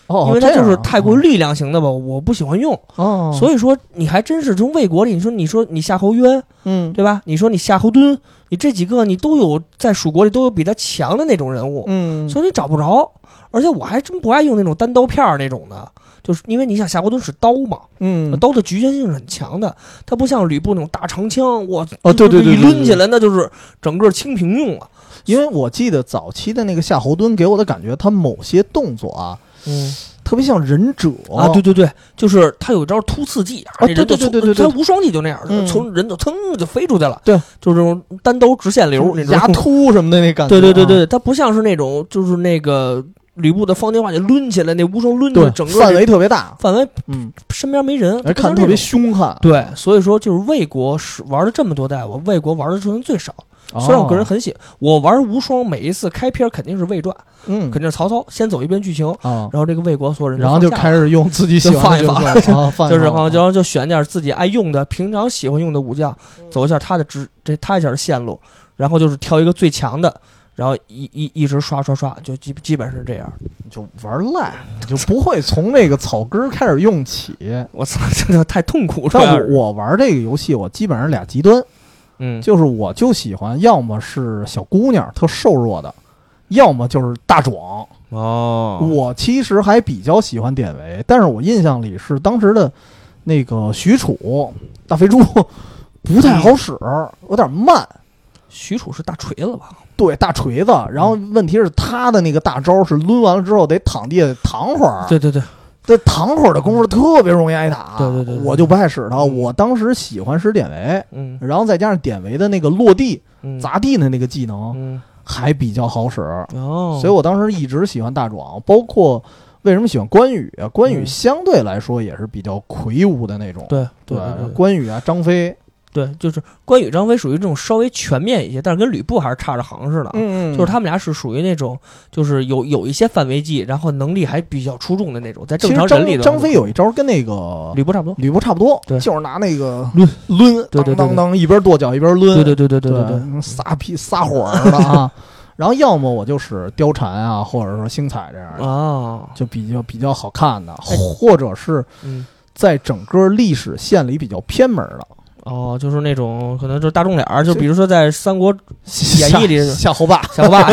哦，
因为它
这样
就是
啊
太过力量型的吧，我不喜欢用。
哦，以
所以说你还真是从魏国里，你说你说你夏侯渊
嗯
对吧？你说你夏侯惇，你这几个你都有在蜀国里都有比他强的那种人物，
嗯，
所以你找不着。而且我还真不爱用那种单刀片儿那种的，就是因为你想夏侯惇使刀嘛，
嗯
刀的局限性是很强的，它不像吕布那种大长枪，我
哦对对对对
一
对
抡起来那就是整个清平用了。
呃因为我记得早期的那个夏侯惇给我的感觉，他某些动作啊，
嗯。
特别像忍者
啊，对对对，就是他有一招突刺技，
啊
这人
哦对对
就
对
从
对对对
他无双技就那样，
嗯
从人就噌就飞出去了，
对，
就是这种单刀直线流那
就是
种
牙突什么的那感觉、
对
啊
对对，对，他不像是那种就是那个吕布的方天画戟抡起来，那无双抡起来，
对，
嗯整个
范
那
围特别大，
范围
嗯，
身边没人，他
而
不像
看着特别
这种
凶悍。
对，所以说就是魏国是玩了这么多代，我魏国玩的算最少。
哦
虽然我个人，很喜，我玩无双每一次开篇肯定是魏传，
嗯，
肯定是曹操先走一遍剧情，
啊，
然后这个魏国所有人
然后就
放下了
开始用自己喜欢的
就放一
角色啊，放一
就是然
放
后就就选点自己爱用的、平常喜欢用的武将，
嗯
走一下他的职这他一下的线路，然后就是挑一个最强的，然后一一一直刷刷刷，就基基本是这样。
就玩赖，你就不会从那个草根儿开始用起。
我操， 真的太痛苦
但
了。
我我玩这个游戏，我基本上俩极端，
嗯，
就是我就喜欢要么是小姑娘特瘦弱的，要么就是大壮。
哦，
我其实还比较喜欢典韦，但是我印象里是当时的那个许褚、大肥猪不太好使，有点慢。
许褚是大锤子吧？
对，大锤子。然后
嗯
问题是他的那个大招是抡完了之后得躺地下躺会儿，
对对对，
这躺会儿的功夫特别容易挨打。
对对嗯对对
我就不爱使它。我当时喜欢使典韦，
嗯
然后再加上典韦的那个落地
嗯
砸地的那个技能
嗯
还比较好使，
哦，
所以我当时一直喜欢大壮，包括为什么喜欢关羽啊？关羽
嗯
相对来说也是比较魁梧的那种，
对对
吧
对
关羽啊，张飞，
对，就是关羽、张飞属于这种稍微全面一些，但是跟吕布还是差着行似的啊。
嗯
就是他们俩是属于那种，就是有有一些范围技，然后能力还比较出众的那种，在
其
正
实
常人里
张
的
张飞有一招跟那个
吕布差不多。
吕布差不多，
对
就是拿那个
抡
抡，
对对对
当当当，一边跺脚一边抡，
对对对对
对
对对对，
嗯撒屁撒火似的啊。 然后要么我就是貂蝉啊，或者说星彩这样的，
啊，
就比较比较好看的，或者是
嗯，
在整个历史线里比较偏门的，
哦，就是那种可能就是大众脸儿，就比如说在《三国演义》里
夏侯霸、
小 霸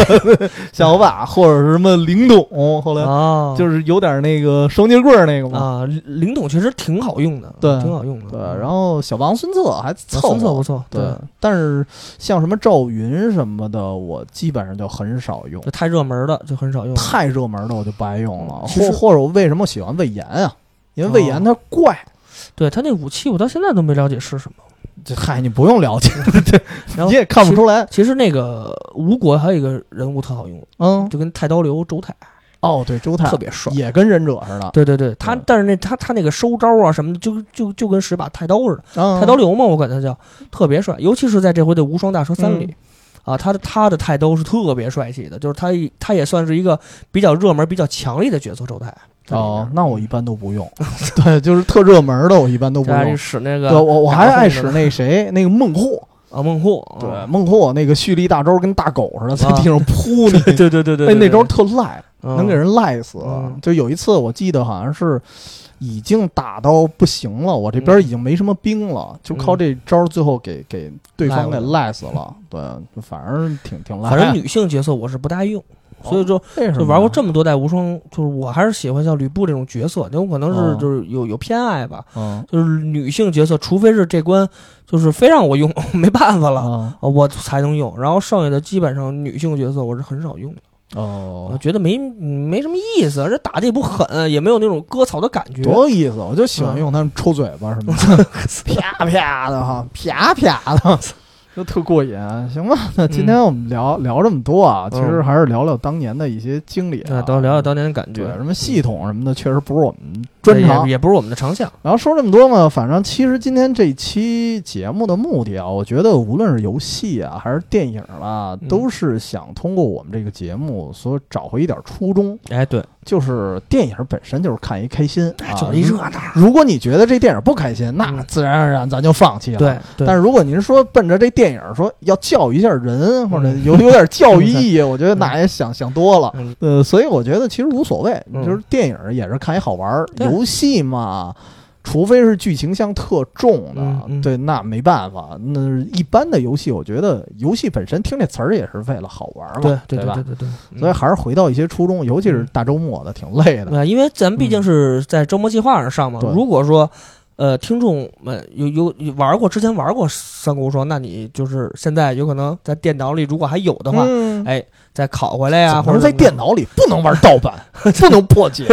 夏侯霸， 或者是什么灵动，后来
啊，
就是是有点那个双截棍儿那个嘛。
啊，灵动确实挺好用的，
对
挺好用的。
对，然后小王孙策还
啊
凑
孙策
合
不。错，
对，但是像什么赵云什么的，我基本上就很少用
就，太热门的就很少用了。
太热门的我就不爱用了。
其实哦
或或者我为什么喜欢魏延啊？因为魏延他怪，
对他那武器，我到现在都没了解是什么。
这嗨，你不用 了解，
然后
你也看不出来。
其实那个吴国还有一个人物特好用，
嗯，
就跟太刀流周泰
哦，对，周泰
特别帅。
也跟忍者似的，
对对对，他
对
但是那他他那个收招啊什么的，就就就跟使把太刀似的，
嗯
太刀流嘛，我管他叫，特别帅。尤其是在这回的《无双大蛇三》里，
嗯
啊，他的他的太刀是特别帅气的，就是他一他也算是一个比较热门、比较强力的角色周泰。嗯
哦，那我一般都不用。 对，就是特热门的，我一般都不
这还
用
是。使啊那
对，
个
我我还爱
打
使
后
那谁，那个孟获。
啊孟获，
对，
啊
孟获那个蓄力大招跟大狗似的，在地上扑你。
对对对对
哎，
对，
那招
对
特赖，能给人赖死啊
嗯。
就有一次，我记得好像是已经打到不行了，我这边已经没什么兵
嗯
了，就靠这招最后给给对方给赖死了。对，就反正挺挺
嗯
赖。
反正女性角色我是不大用，所以说
啊哦为什
就
么
玩过这么多代无双，就是我还是喜欢像吕布这种角色，有可能
哦
是就是有有偏爱吧，
嗯
就是女性角色，除非是这关就是非让我用， 没办法了。
啊
啊我才能用，然后剩下的基本上女性角色我是很少用的，我
哦，
觉得没嗯没什么意思，而且打的也不狠，也没有那种割草的感觉。
多有意思！我就喜欢用他们抽嘴巴什么的， 啪啪的哈，啪啪的， 就特过瘾。行吧，那今天我们聊聊这么多啊，其实还是聊聊当年的一些经历啊
对，，都聊聊当年的感
对
觉，
什么系统什么的，确实不是我们专
这
长
也。也不是我们的长项。
然后说这么多嘛，反正其实今天这期节目的目的啊，我觉得无论是游戏啊，还是电影啦，
嗯
都是想通过我们这个节目所找回一点初衷，
哎，对，
就是电影本身就是看一开心
哎
啊，
就一热闹。
如果你觉得这电影不开心，那
嗯
自然而然咱就放弃了。。
对对，
但是如果您说奔着这电影说要教育一下人，或者有有点教育 意义，我觉得那也想想多了。
嗯
呃，所以我觉得其实无所谓，
嗯
就是电影也是看一好玩儿，
对
游戏嘛。除非是剧情像特重的，
嗯嗯
对，那没办法。那一般的游戏，我觉得游戏本身听这词儿也是为了好玩儿嘛，
对对
对
对
吧
对对对，
所以还是回到一些初衷，尤其是大周末的，挺累的。
对，呃因为咱们毕竟是在周末计划上上嘛。
嗯对
如果说，呃，听众们有有有玩过之前玩过《三国无双》，那你就是现在有可能在电脑里如果还有的话，
嗯
哎，再拷回来呀、
怎
啊或
么
者
能在
怎么样
电脑里不能玩盗版，不能 破解，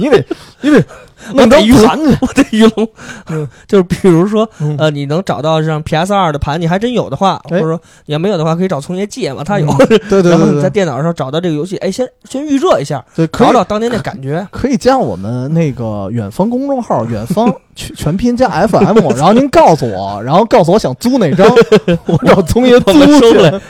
你得你得
我
弄
得
张
鱼
盘子。
我的鱼龙，
嗯
就是比如说，
嗯
呃，你能找到像 PS 二的盘，你还真有的话，
哎嗯
或者说你要没有的话，可以找从爷借嘛，他有。
对对
然后
对
你在
对，
电脑上找到这个游戏，哎，先先预热一下，
对可
找
以
找当年那感觉。
可以加我们那个远方公众号“远方全全拼加 FM”，然 后您告诉我，然后告诉我想租哪张，我找宗爷租
我们收
去。
来，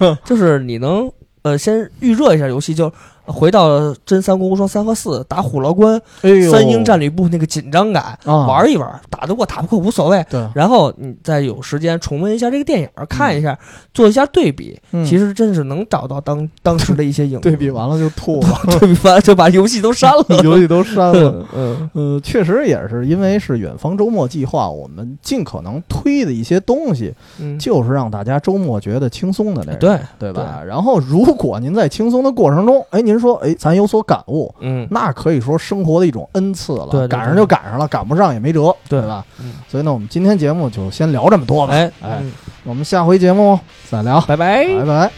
嗯就是你能呃先预热一下游戏，就回到真三国无双三和四打虎牢关、
哎呦，
三英战吕布那个紧张感，
啊，
玩一玩，打得过打不过无所谓。
对，
然后你再有时间重温一下这个电影，看一下，做一下对比，
嗯
其实真是能找到当当时的一些影
对比完了就吐 了，
对比完就把游戏都 删了。
游戏都删了。
嗯嗯
呃，确实也是因为是远方周末计划，我们尽可能推的一些东西，
嗯，
就是让大家周末觉得轻松的那种。
对，
对吧？然后，如果您在轻松的过程中，哎，您说，哎，咱有所感悟，
嗯
那可以说生活的一种恩赐了。
对对对
赶上就赶上了，赶不上也没辙，对
对
吧？
嗯，
所以呢，我们今天节目就先聊这么多吧。
哎
哎
嗯
我们下回节目再聊，
拜拜。
拜拜